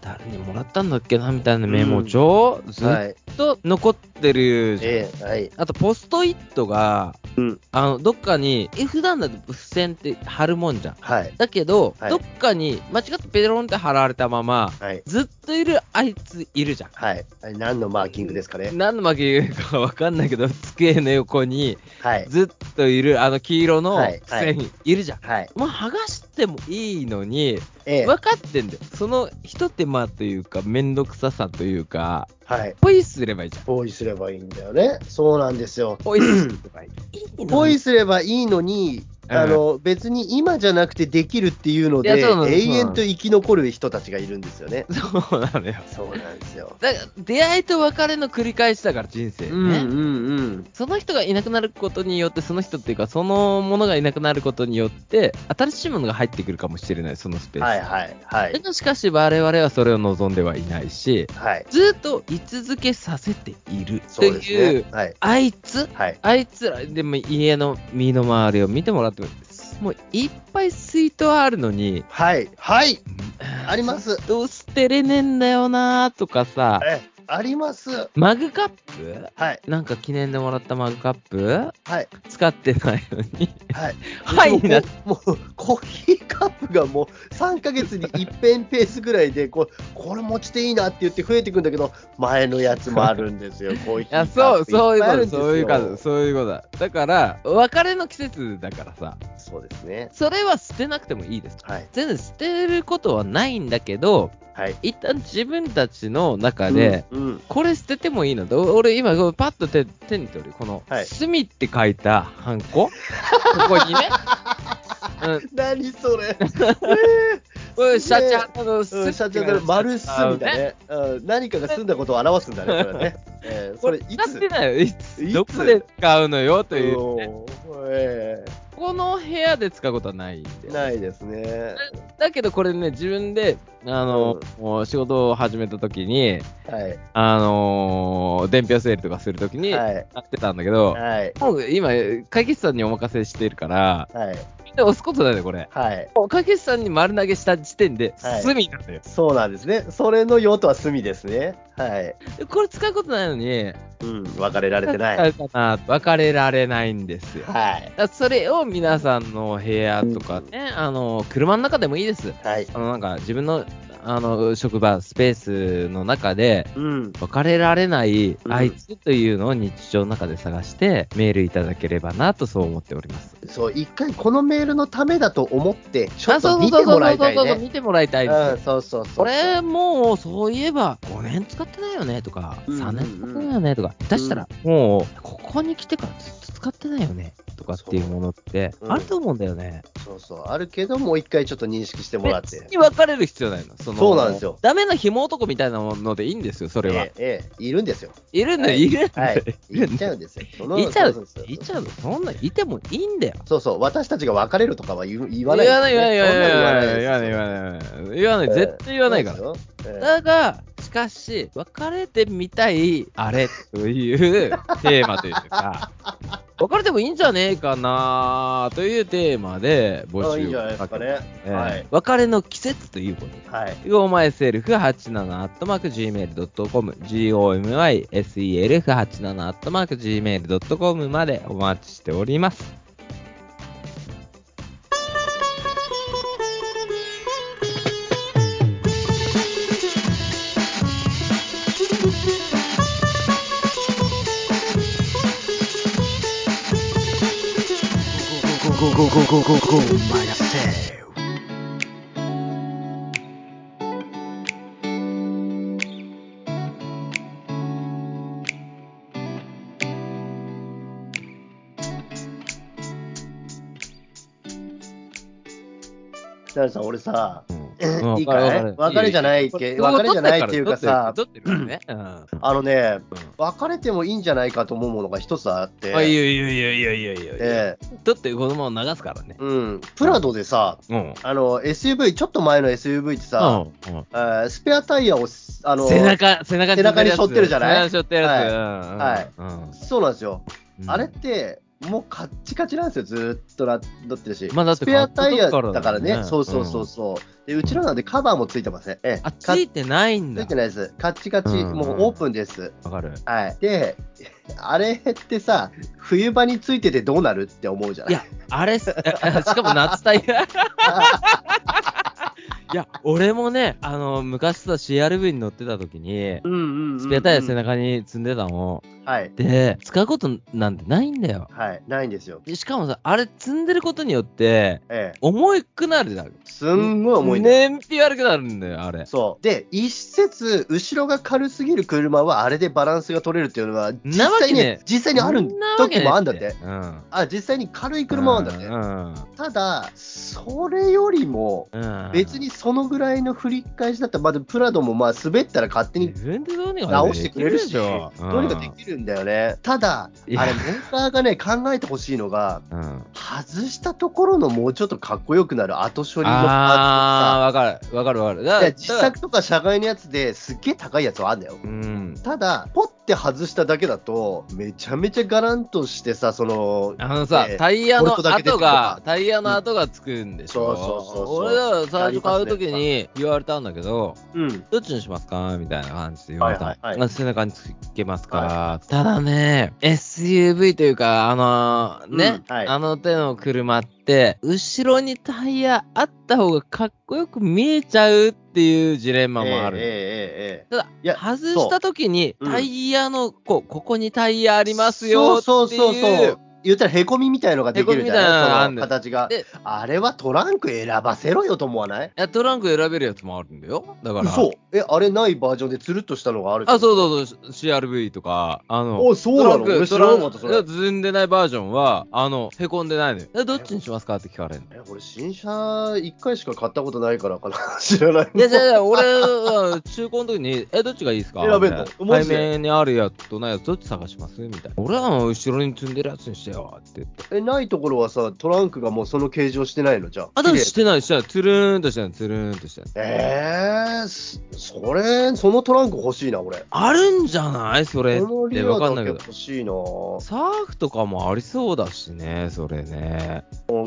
A: 誰にもらったんだっけなみたいなメモ帳、ず
B: は
A: っ
B: い。
A: と残ってるじゃん。
B: ええはい。
A: あと、ポストイットが、
B: うん
A: あの、どっかに、え普段だと付箋って貼るもんじゃん。
B: はい。
A: だけど、
B: はい
A: どっかに間違ってペロンって貼られたまま、
B: はい。
A: ずっといるあいついるじゃん。
B: はい。あれ何のマーキングですかね。
A: 何の巻きがかわかんないけど、机の横に
B: はい。
A: ずっといるあの黄色の
B: はい
A: 線、いるじゃん。
B: はい。
A: もう剥がしてもいいのに、
B: ええ
A: 分かってんだよ。その一手間というか、めんどくささというか、
B: はい。
A: ポイすればいいじゃん。
B: ボーイすればいいんだよね。そうなんですよ。
A: ポイすればいい。いいの
B: ボー
A: に
B: イすればいいのに、
A: うん
B: あの、別に今じゃなくてできるっていうので、
A: いやそうなの
B: 永遠と生き残る人たちがいるんですよね。
A: そうなのよ。
B: そうなんですよ。
A: だから出会いと別れの繰り返しだから人生ね、
B: うんうんうん。
A: その人がいなくなることによってその人っていうかそのものがいなくなることによって新しいものが入ってくるかもしれないそのスペース、
B: はいはいは
A: だ
B: い。
A: がしかし我々はそれを望んではいないし
B: はい。
A: ずっと居続けさせていると
B: そうです
A: いう
B: ね。はい。
A: あいつ
B: はい。
A: あいつらでも家の身の回りを見てもらってももういっぱい水筒あるのに
B: はい。はい。あります。
A: どう捨てれねえんだよなとかさ
B: え、あります。
A: マグカップ
B: はい。
A: なんか記念でもらったマグカップ
B: はい。
A: 使ってないのに。
B: はい。
A: [laughs] はいな。
B: もう、コーヒーカップがもう3ヶ月に一遍ペースぐらいで、こう、これ持ちていいなって言って増えてくんだけど、前のやつもあるんですよ、コーヒ
A: [laughs]
B: ー
A: いや、
B: カ
A: そ
B: ッ
A: う、
B: プっ
A: そういう
B: ぱ
A: こ
B: あ
A: と、
B: るんですよ
A: そういうこと、そういうことだ。だから、別れの季節だからさ、
B: そうですね。
A: それは捨てなくてもいいです。
B: はい。
A: 全然捨てることはないんだけど、
B: はい。
A: 一旦自分たちの中で、
B: うん、うん。
A: これ捨ててもいいのお俺今、こうパッと手手に取る、この、
B: はい
A: 隅って書いたハン [laughs] コ、ここにね、うん、
B: 何そ
A: [laughs]
B: れ。えー
A: これシャチハンコの
B: う
A: 隅っ
B: ん、
A: て書
B: 社
A: いて
B: 長
A: あ
B: の
A: る
B: 丸すみだね、うん、何かが済んだことを表すんだね、それね。
A: [laughs]
B: えー、それい
A: 使って
B: つ
A: ないよいつ
B: いつ
A: どこで使うのよという、
B: うんえ
A: この部屋で使うことはないんで
B: ー、ないですね。
A: だけどこれね自分であの、もう仕事を始めた時に
B: はい。
A: あのー伝票整理とかする時にや
B: はい。
A: ってたんだけど、
B: はい。
A: もう今会計士さんにお任せしてるから
B: はい。
A: みんな押すことないよこれ
B: はい。
A: もう会計士さんに丸投げした時点で
B: はい
A: 隅なんだよ、
B: そうなんですね。それの用途は隅ですね。はい。
A: でこれ使うことないのに
B: うん、別れられてない。
A: 使う
B: [laughs] は
A: かな別れられないんですよ
B: い。
A: だからそれを皆さんの部屋とかね、あの車の中でもいいです
B: はい。
A: あのなんか自分のあの職場スペースの中で
B: うん。
A: 別れられない
B: うん
A: あいつというのを日常の中で探してメールいただければなとそう思っております。
B: そう、一回このメールのためだと思って、ちょっ
A: あそ
B: と
A: うそう
B: 見
A: そう
B: て
A: そ
B: も
A: う
B: ら
A: そう
B: いたい
A: そう
B: ね。
A: 見てもらいたいです
B: う
A: よ
B: ん、。そうそうそう。
A: これもうそういえば5年使ってないよねとか、
B: うんうんうん
A: 3年使ってないよねとか、下手したら、もう、ここに来てからずっと使ってないよねとかっていうものって、
B: そううん
A: あると思うんだよね。
B: そうそう。あるけど、もう一回ちょっと認識してもらっ
A: 別
B: て。
A: に別れる必要ないの。その
B: そうなんですよ
A: ダメな紐男みたいなものでいいんですよ、それは。
B: ええ、ええ、いるんですよ。
A: いるんだよ、
B: はい
A: いるん
B: は
A: だよ
B: い。。いっちゃうんですよ。そ
A: [laughs]
B: の
A: いちゃ
B: そううそう、そう
A: いちゃうの。そんな、いてもいいんだよ。
B: そうそう、私たちが別れるとかは言う言
A: 言
B: わないですね、
A: 言わない、言わない、言わ
B: そん
A: ない、
B: の
A: 言わない、言わない。言わない、絶対言わないから。
B: そうですよ。ええ
A: だが、しかし、別れてみたい、あれというテーマというか、 [laughs] 別れてもいいんじゃねえかなというテーマで募
B: あいいん
A: 集
B: じゃない
A: を
B: です
A: か
B: か
A: け
B: ね
A: て、えー
B: はい
A: 別れの季節ということで。
B: はい。
A: ゴーマイセルフ87アットマーク Gmail.com、GOMYSELF87 アットマーク Gmail.com までお待ちしております。
B: ダルさん、俺さ、
A: うん
B: いいかい別れじゃないけ別れじゃないっていうかさ
A: 取ってるからね。うん
B: あのね、
A: うん
B: 別れてもいいんじゃないかと思うものが一つあって、
A: あ、いやいやいやいやいやいやいや。
B: ええ
A: だって子供を流すからね。
B: うん、プラドでさ、
A: うん。
B: あの SUV、ちょっと前の SUV ってさ、えースペアタイヤをす、あの
A: 背中、背中
B: 背中に背負ってるじゃな
A: 背中
B: い
A: に背負ってるやつ。はい
B: そうなんですよ、あれって、もうカッチカチなんですよ、ずーっとなだってるし、
A: まあだって
B: スペアタイヤだ
A: 買ったん
B: から
A: だから
B: ね、
A: ね
B: そうそうそうそう、でうちのなんでカバーもついてません、ええ
A: あ、つ
B: か
A: いてないん
B: つ
A: だ
B: いて。ないです、カッチカチ、
A: うんうん
B: もうオープンです。
A: わかる。
B: はい、で、あれってさ、冬場についててどうなるって思うじゃな
A: い
B: い
A: や、あれ、 [laughs] すしかも夏タイ
B: [laughs]
A: ヤ。いや、俺もね、あの、昔さ、CRV に乗ってた時に、
B: うんうんうんうん
A: スペアタイヤ背中に積んでたの。
B: はい、
A: で、使うことなんてないんだよ。
B: はい、ないんですよ。
A: でしかもさ、あれ積んでることによって、
B: ええ、
A: 重くなるじゃん。
B: すんごい重いんだよ。
A: 燃費悪くなるんだよ、あれ。
B: そう。で、一説、後ろが軽すぎる車は、あれでバランスが取れるっていうのは、実
A: なわ
B: 際
A: け
B: に、
A: ねえ
B: 実際にある
A: そんなわけ
B: 時
A: ね
B: もあるんだって。
A: うん。
B: あ、実際に軽い車もあるんだって。
A: う
B: ただ、それよりも、
A: ん。うん。
B: 別にそのぐらいの振り返しだったら、まだプラドもまあ滑ったら勝手に
A: 自分でどうにか
B: 直してくれる
A: でき
B: し、どうにかできるんだよね。ただ、
A: いや
B: あれ、メーカーがね、考えてほしいのが、
A: うん。うん
B: 外したところのもうちょっとかっこよくなる後処理の
A: あー、
B: パーツとか
A: わかる。わかるわかる。だ
B: さ、
A: か
B: いや
A: ら、
B: 自作とか社外のやつですっげえ高いやつはあるんだよ。
A: うん。
B: ただ、ポッて外しただけだと、めちゃめちゃガランとしてさ、その、
A: あのさ
B: ええ、
A: タイヤの
B: ボルトだけ出て
A: 跡
B: るとか
A: が、タイヤの跡がつくんでしょ。
B: うんそうそうそうそう
A: 俺だから最初買うときに言われたんだけど、
B: うん、
A: どっちにしますかみたいな感じで言われたの。
B: はいはいはい
A: あ背中につけますか、
B: は
A: ただね、SUV というか、あのーね、
B: うんはい
A: あの手の車って、後ろにタイヤあった方がかっこよく見えちゃうっていうジレンマもある。
B: えええええ
A: ただ
B: いや
A: 外した時に、
B: そううん
A: タイヤの、こう、ここにタイヤあ
B: え
A: りますよっていう。
B: そうそうそうそう。言ったら、へこみみたいのができるじ
A: へこみ
B: ゃ
A: みたいなのが
B: な
A: あ
B: い
A: ん
B: そ
A: だ
B: の
A: よ
B: 形が
A: で。
B: あれはトランク選ばせろよと思わない
A: いやトランク選べるやつもあるんだよ。だから。
B: そう。え、あれないバージョンでつるっとしたのがある
A: あ、そう
B: う。
A: そうそう、CRV とか、あの、
B: おそうなの
A: トラン
B: 俺
A: ク、
B: 知
A: ト
B: ら
A: ラ
B: なかった、
A: ン
B: そ
A: ク
B: れ
A: が。積んでないバージョンは、あの、へこんでないのよ。えどっちにしますかって聞かれるの。
B: え、俺、新車1回しか買ったことないからかな。 [laughs] 知らない。
A: いや、じゃあ、俺は中古の時に、 [laughs] え、どっちがいいですか
B: 選べんの
A: みたいな
B: マ
A: 背
B: ジで
A: 面にあるやつとないやつ、どっち探しますみたいな。俺はもう後ろに積んでるやつにしてよって言って。
B: え、ないところはさ、トランクがもうその形状してないのじゃあ。
A: あ、でも
B: 綺麗
A: してない、してない。つるーんとしてない、つるーんとしてない。
B: えー、すそれ、そのトランク欲しいな、俺。
A: あるんじゃないそれ
B: こ
A: っ
B: のリ
A: て。
B: ア
A: わかん
B: だ
A: ない
B: け
A: けど。
B: 欲しいな。
A: サーフとかもありそうだしね、それね。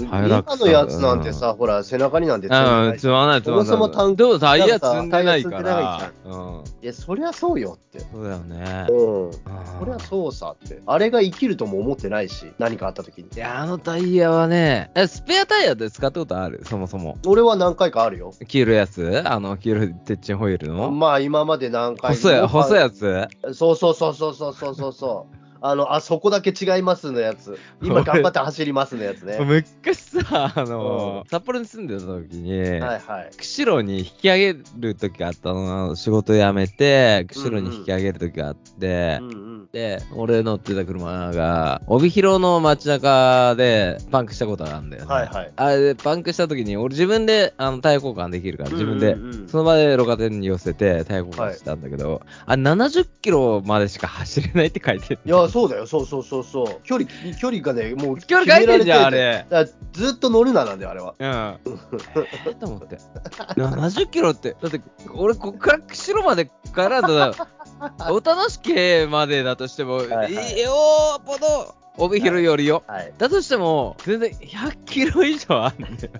A: 早だ
B: 今のやつなんてさ、ほら、背中になんてついて
A: う、
B: なんい
A: 積まない、積まない。
B: そもそもタン
A: でもタイヤ積んでないから。うん。
B: いや、そりゃそうよって。
A: そうだよね。
B: うん。
A: こ
B: そりゃそうさって。あれが生きるとも思ってないし、何かあった時に
A: い。や、あのタイヤはね、え、スペアタイヤで使ったことあるそもそも。
B: 俺は何回かあるよ。
A: 黄色いやつあの、黄色い鉄チンホイールの
B: まあ、今まで何回
A: 細い、細いやつ
B: そうそうそうそうそうそうそうそう。あの、あそこだけ違いますのやつ。今頑張って走りますのやつね。は
A: 昔さ、あの、札幌に住んでた時に、
B: いはい。
A: 釧路に引き上げる時があったの。仕事辞めて、釧路に引き上げる時があって、
B: うんうん。
A: で、俺乗ってた車が、帯広の街中でパンクしたことがあるんだよね。
B: はいはい。
A: あれでパンクした時に、俺自分であのタイヤ交換できるから、自分で、
B: うんうんうん
A: その場で路肩に寄せてタイヤ交換したんだけど、あ、70キロまでしか走れないって書いてる。
B: いや、そうだよ、そうそうそうそう。距離、距離がね、もう
A: 距離書いてるじゃん、あ
B: 決めら
A: れ。
B: れてて。だからずっと乗るななんだよ、あれは。
A: うん。えー、と思って。70キロって、だって、俺、こっから釧路までから
B: [laughs]
A: だ、お楽しけまでだとしても、
B: いはい
A: いいよーぽど、帯広よりよ。
B: はい。
A: だとしても、全然100キロ以上あ
B: [laughs]
A: るんだよ。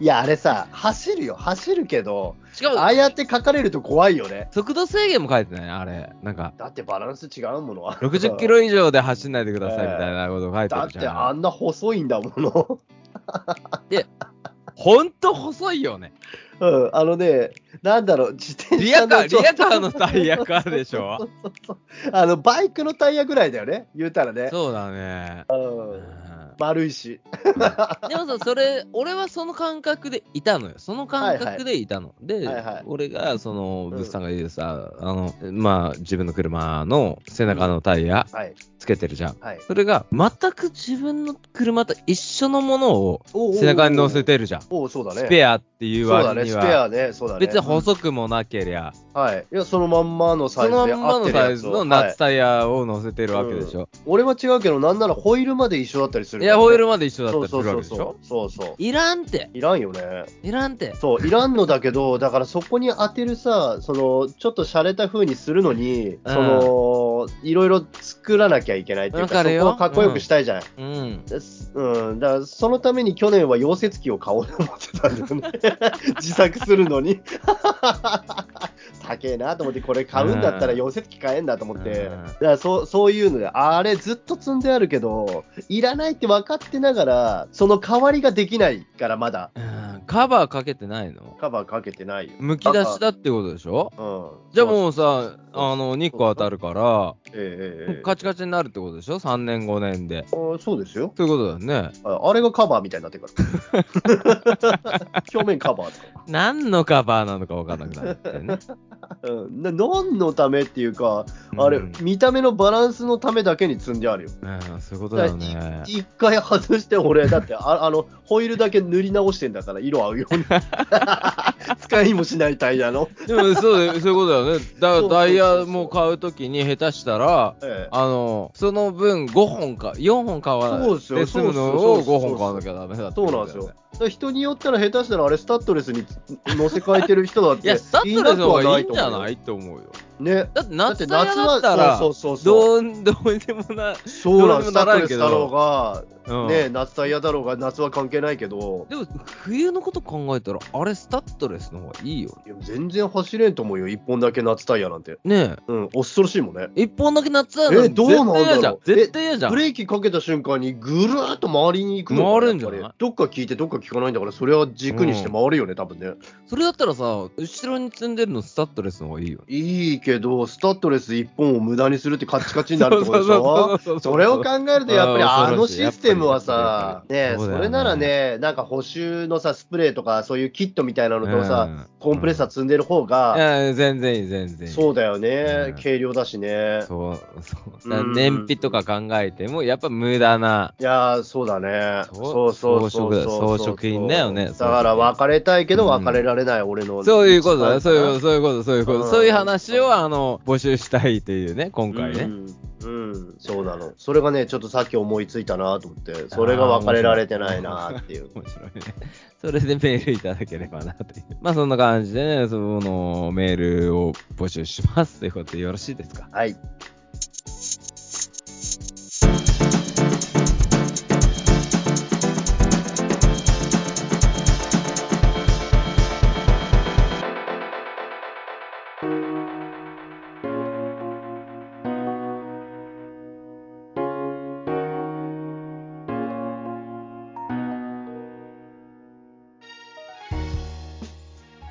B: いや、あれさ、走るよ、走るけど、
A: しか
B: あ
A: も、
B: あやって書かれると怖いよね。
A: 速度制限も書いてないあれ。なんか、
B: だってバランス違うものは。
A: 60キロ以上で走んないでくださいみたいなこと書いて
B: だ
A: あ
B: っ
A: る
B: て
A: じゃん。
B: あんな細いんだもの。
A: ほんと細い
B: [laughs]
A: よね。
B: うん、あのね、なんだろう、自転
A: リア
B: 車
A: カ
B: の
A: ー、
B: ちょ
A: リ
B: っ
A: ア
B: と
A: カーのタイヤカーでしょ
B: [laughs] あの、バイクのタイヤぐらいだよね、言うたらね。
A: そうだね。
B: うん丸いし。
A: でもさ、それ、俺はその感覚でいたのよ。その感覚でいたの。で、
B: はいはい
A: 俺が、その、
B: ん
A: ブスさんが言うさ、あの、まあ、自分の車の背中のタイヤ
B: はい、
A: つけてるじゃん。
B: はい。
A: それが、全く自分の車と一緒のものを
B: おうおうおう
A: 背中に乗せてるじゃん。
B: おうそうだね。
A: スペアっていう
B: そうだ
A: 割
B: ね、
A: に
B: スペ
A: は、
B: アね、そうだね。
A: 別に細くもなけりゃ、
B: うんはい。いや、そのまんまのサイ
A: そ
B: ズで合
A: の
B: って
A: ま
B: る
A: んまのサイズ
B: やつ
A: の
B: をは
A: 夏
B: い
A: タイヤを乗せてるわけでしょ。
B: 俺は違うけど、なんならホイールまで一緒だったりす
A: い
B: るから
A: や、
B: ね、
A: ホイールまで一緒だった
B: そ
A: り
B: う
A: す
B: そ
A: る
B: う
A: わ
B: そ
A: け
B: う
A: でしょ
B: そう。そうそう。
A: いらんて、
B: いらんよね。
A: いらんて。
B: そう、いらんのだけど、だからそこに当てるさ、その、ちょっと洒落た風にするのに、その、いろいろ作らなきゃいけないっていう
A: わ
B: か、
A: か
B: そ
A: るよ
B: こはかっこよくしたいじゃない。
A: うん。
B: ですうん、だからそのために去年は溶接機を買おうと思ってたんだよ [laughs] ね。自作するのに。 [laughs] 高えなと思って、これ買うんだったら
A: うん
B: 溶接機買えんだと思って、
A: うん
B: だからそうそういうので、あれずっと積んであるけど、いらないって分かってながら、その代わりができないから、まだ
A: うんカバーかけてないの
B: カバーかけてないよ。
A: むき出しだってことでしょ
B: うん、
A: じゃあ
B: う、
A: もうさ、あの、日光当たるから、
B: ええええ
A: カチカチになるってことでしょ ?3 年、5年で。
B: あそうですよ
A: ということだよね。
B: あ。あれがカバーみたいになってるから。表面カバーとか。
A: 何のカバーなのか分からなくなるってね。
B: うん、な何のためっていうか、 [laughs] あれ
A: うん、
B: 見た目のバランスのためだけに積んであるよ。
A: うん、そういうことだよね。
B: 一回外して、俺、だってあ、 [laughs] あの、ホイールだけ塗り直してんだから、色合うよ
A: [laughs]
B: うに。使いもしないタイヤの。
A: でもそうだよ、そういうことだよね。だから
B: そうそうそうそう
A: ダイヤも買うときに下手したら、
B: ええ
A: あの、その分5本か、4本買わない
B: そうですよ
A: で済むの
B: そう
A: を
B: ですそう
A: 5
B: です
A: 本買わなきゃダメだって
B: そう
A: こ
B: なん
A: とだ
B: ですよ。だ
A: よね。
B: から人によったら下手したらあれスタッドレスに乗せ替えてる人だっ
A: い
B: て。
A: や、スタッドレスの方がいいんじゃないいって思うよ。
B: ね。
A: だって
B: だっ
A: 夏
B: て
A: タイヤ
B: 夏
A: だ
B: は
A: ったら、
B: そうそうそうそう。
A: どうどうにでもな、
B: そうなんです。ス
A: どう
B: タ
A: にもな
B: ッ
A: ら
B: ド
A: ん
B: レ
A: け
B: ス
A: ど
B: だろうが、
A: うん
B: ね、夏タイヤだろうが、夏は関係ないけど、
A: でも冬のこと考えたらあれスタッドレスの方がいいよ
B: いや全然走れんと思うよ、1本だけ夏タイヤなんて。
A: ね
B: うん、恐ろしいもんね。
A: え一本だけ夏やのに
B: えどうな
A: 絶対嫌
B: んだろう
A: じゃん
B: ブ
A: 絶対嫌じ
B: レーキかけた瞬間にぐるーっと回りに行くのか
A: 回るんじゃない
B: やっぱりどっか聞いてどっか聞かないんだから、それは軸にして回るよね、多分ね。
A: ゃんそれだったらさ後ろに積んでるのスタッドレスの方がいいよ
B: いいけど、スタッドレス1本を無駄にするってカチカチになるってことでし
A: そう
B: ょ
A: そうそうそう
B: [laughs] それを考えると、やっぱり
A: あー
B: あ
A: 恐
B: の
A: ろしい
B: システムはさ、
A: やっぱり
B: ね
A: そうだよね
B: それならね、なんか補修のさ、スプレーとか、そういうキットみたいなのとさ、コンプレッサー積んでる方
A: ーい
B: が、
A: や全然いい全然いい
B: そうだよ
A: うん、
B: ね軽量だしね。
A: そうそう
B: うん
A: だから燃費とか考えてもやっぱ無駄ない
B: やー、そうだね。
A: そ
B: そううそ
A: 装
B: う
A: 飾
B: そう
A: だ
B: そ
A: よ
B: う。
A: 装飾品だよね
B: だから別れたいけど別れられない俺の。
A: そういうことだよ、そういうこと、
B: と。
A: そういうこと、そういうこ
B: う
A: と、
B: ん
A: そういう話を、あの、募集したいというね、今回ね。
B: うん、うんそうなの。それがね、ちょっとさっき思いついたなと思って、それが別れられてないなっ
A: [laughs]
B: ていう。
A: 面白いね。それでメールいただければなという。まあそんな感じでね、そのメールを募集しますということでよろしいですか
B: はい。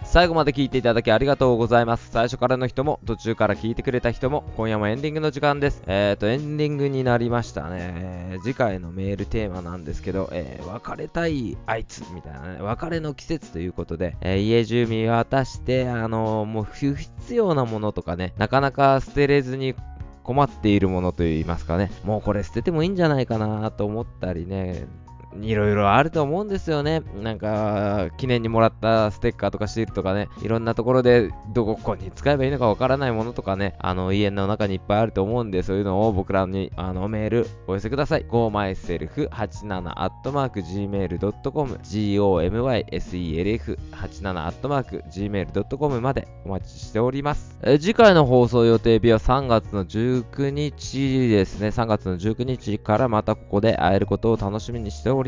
A: 最後まで聞いていただきありがとうございます。最初からの人も、途中から聞いてくれた人も、今夜もエンディングの時間です。えーと、エンディングになりましたね。えー次回のメールテーマなんですけど、えー別れたいあいつみたいなね、別れの季節ということで、えー家中見渡して、あのーもう不必要なものとかね、なかなか捨てれずに困っているものといいますかね、もうこれ捨ててもいいんじゃないかなと思ったりね、いろいろあると思うんですよね。なんか、記念にもらったステッカーとかシールとかね、いろんなところでどこに使えばいいのかわからないものとかね、あの、家の中にいっぱいあると思うんで、そういうのを僕らに、あの、メールお寄せください。gomyself87-gmail.com gomyself87-gmail.com までお待ちしております。えー次回の放送予定日は3月の19日ですね。3月の19日からまたここで会えることを楽しみにしており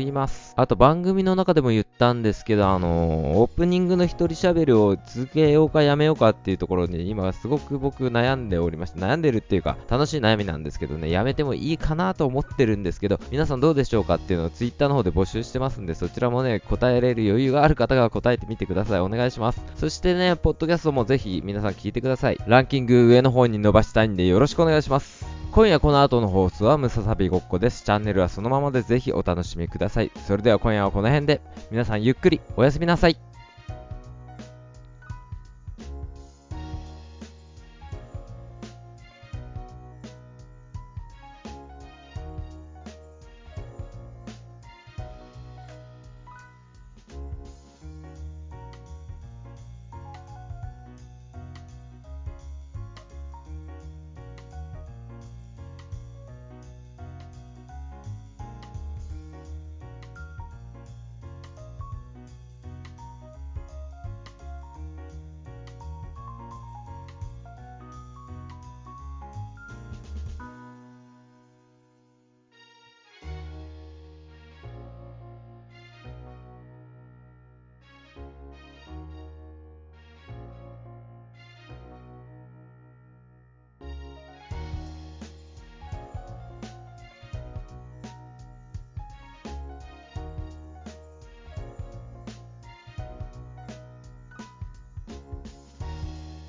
A: ます。あと番組の中でも言ったんですけど、あのーオープニングの一人喋りを続けようかやめようかっていうところに今すごく僕悩んでおりまして、悩んでるっていうか楽しい悩みなんですけどね、やめてもいいかなと思ってるんですけど、皆さんどうでしょうかっていうのを Twitter の方で募集してますんで、そちらもね、答えれる余裕がある方が答えてみてください。お願いします。そしてね、ポッドキャストもぜひ皆さん聞いてください。ランキング上の方に伸ばしたいんでよろしくお願いします。今夜この後の放送はムササビごっこです。チャンネルはそのままでぜひお楽しみください。それでは今夜はこの辺で、皆さんゆっくりおやすみなさい。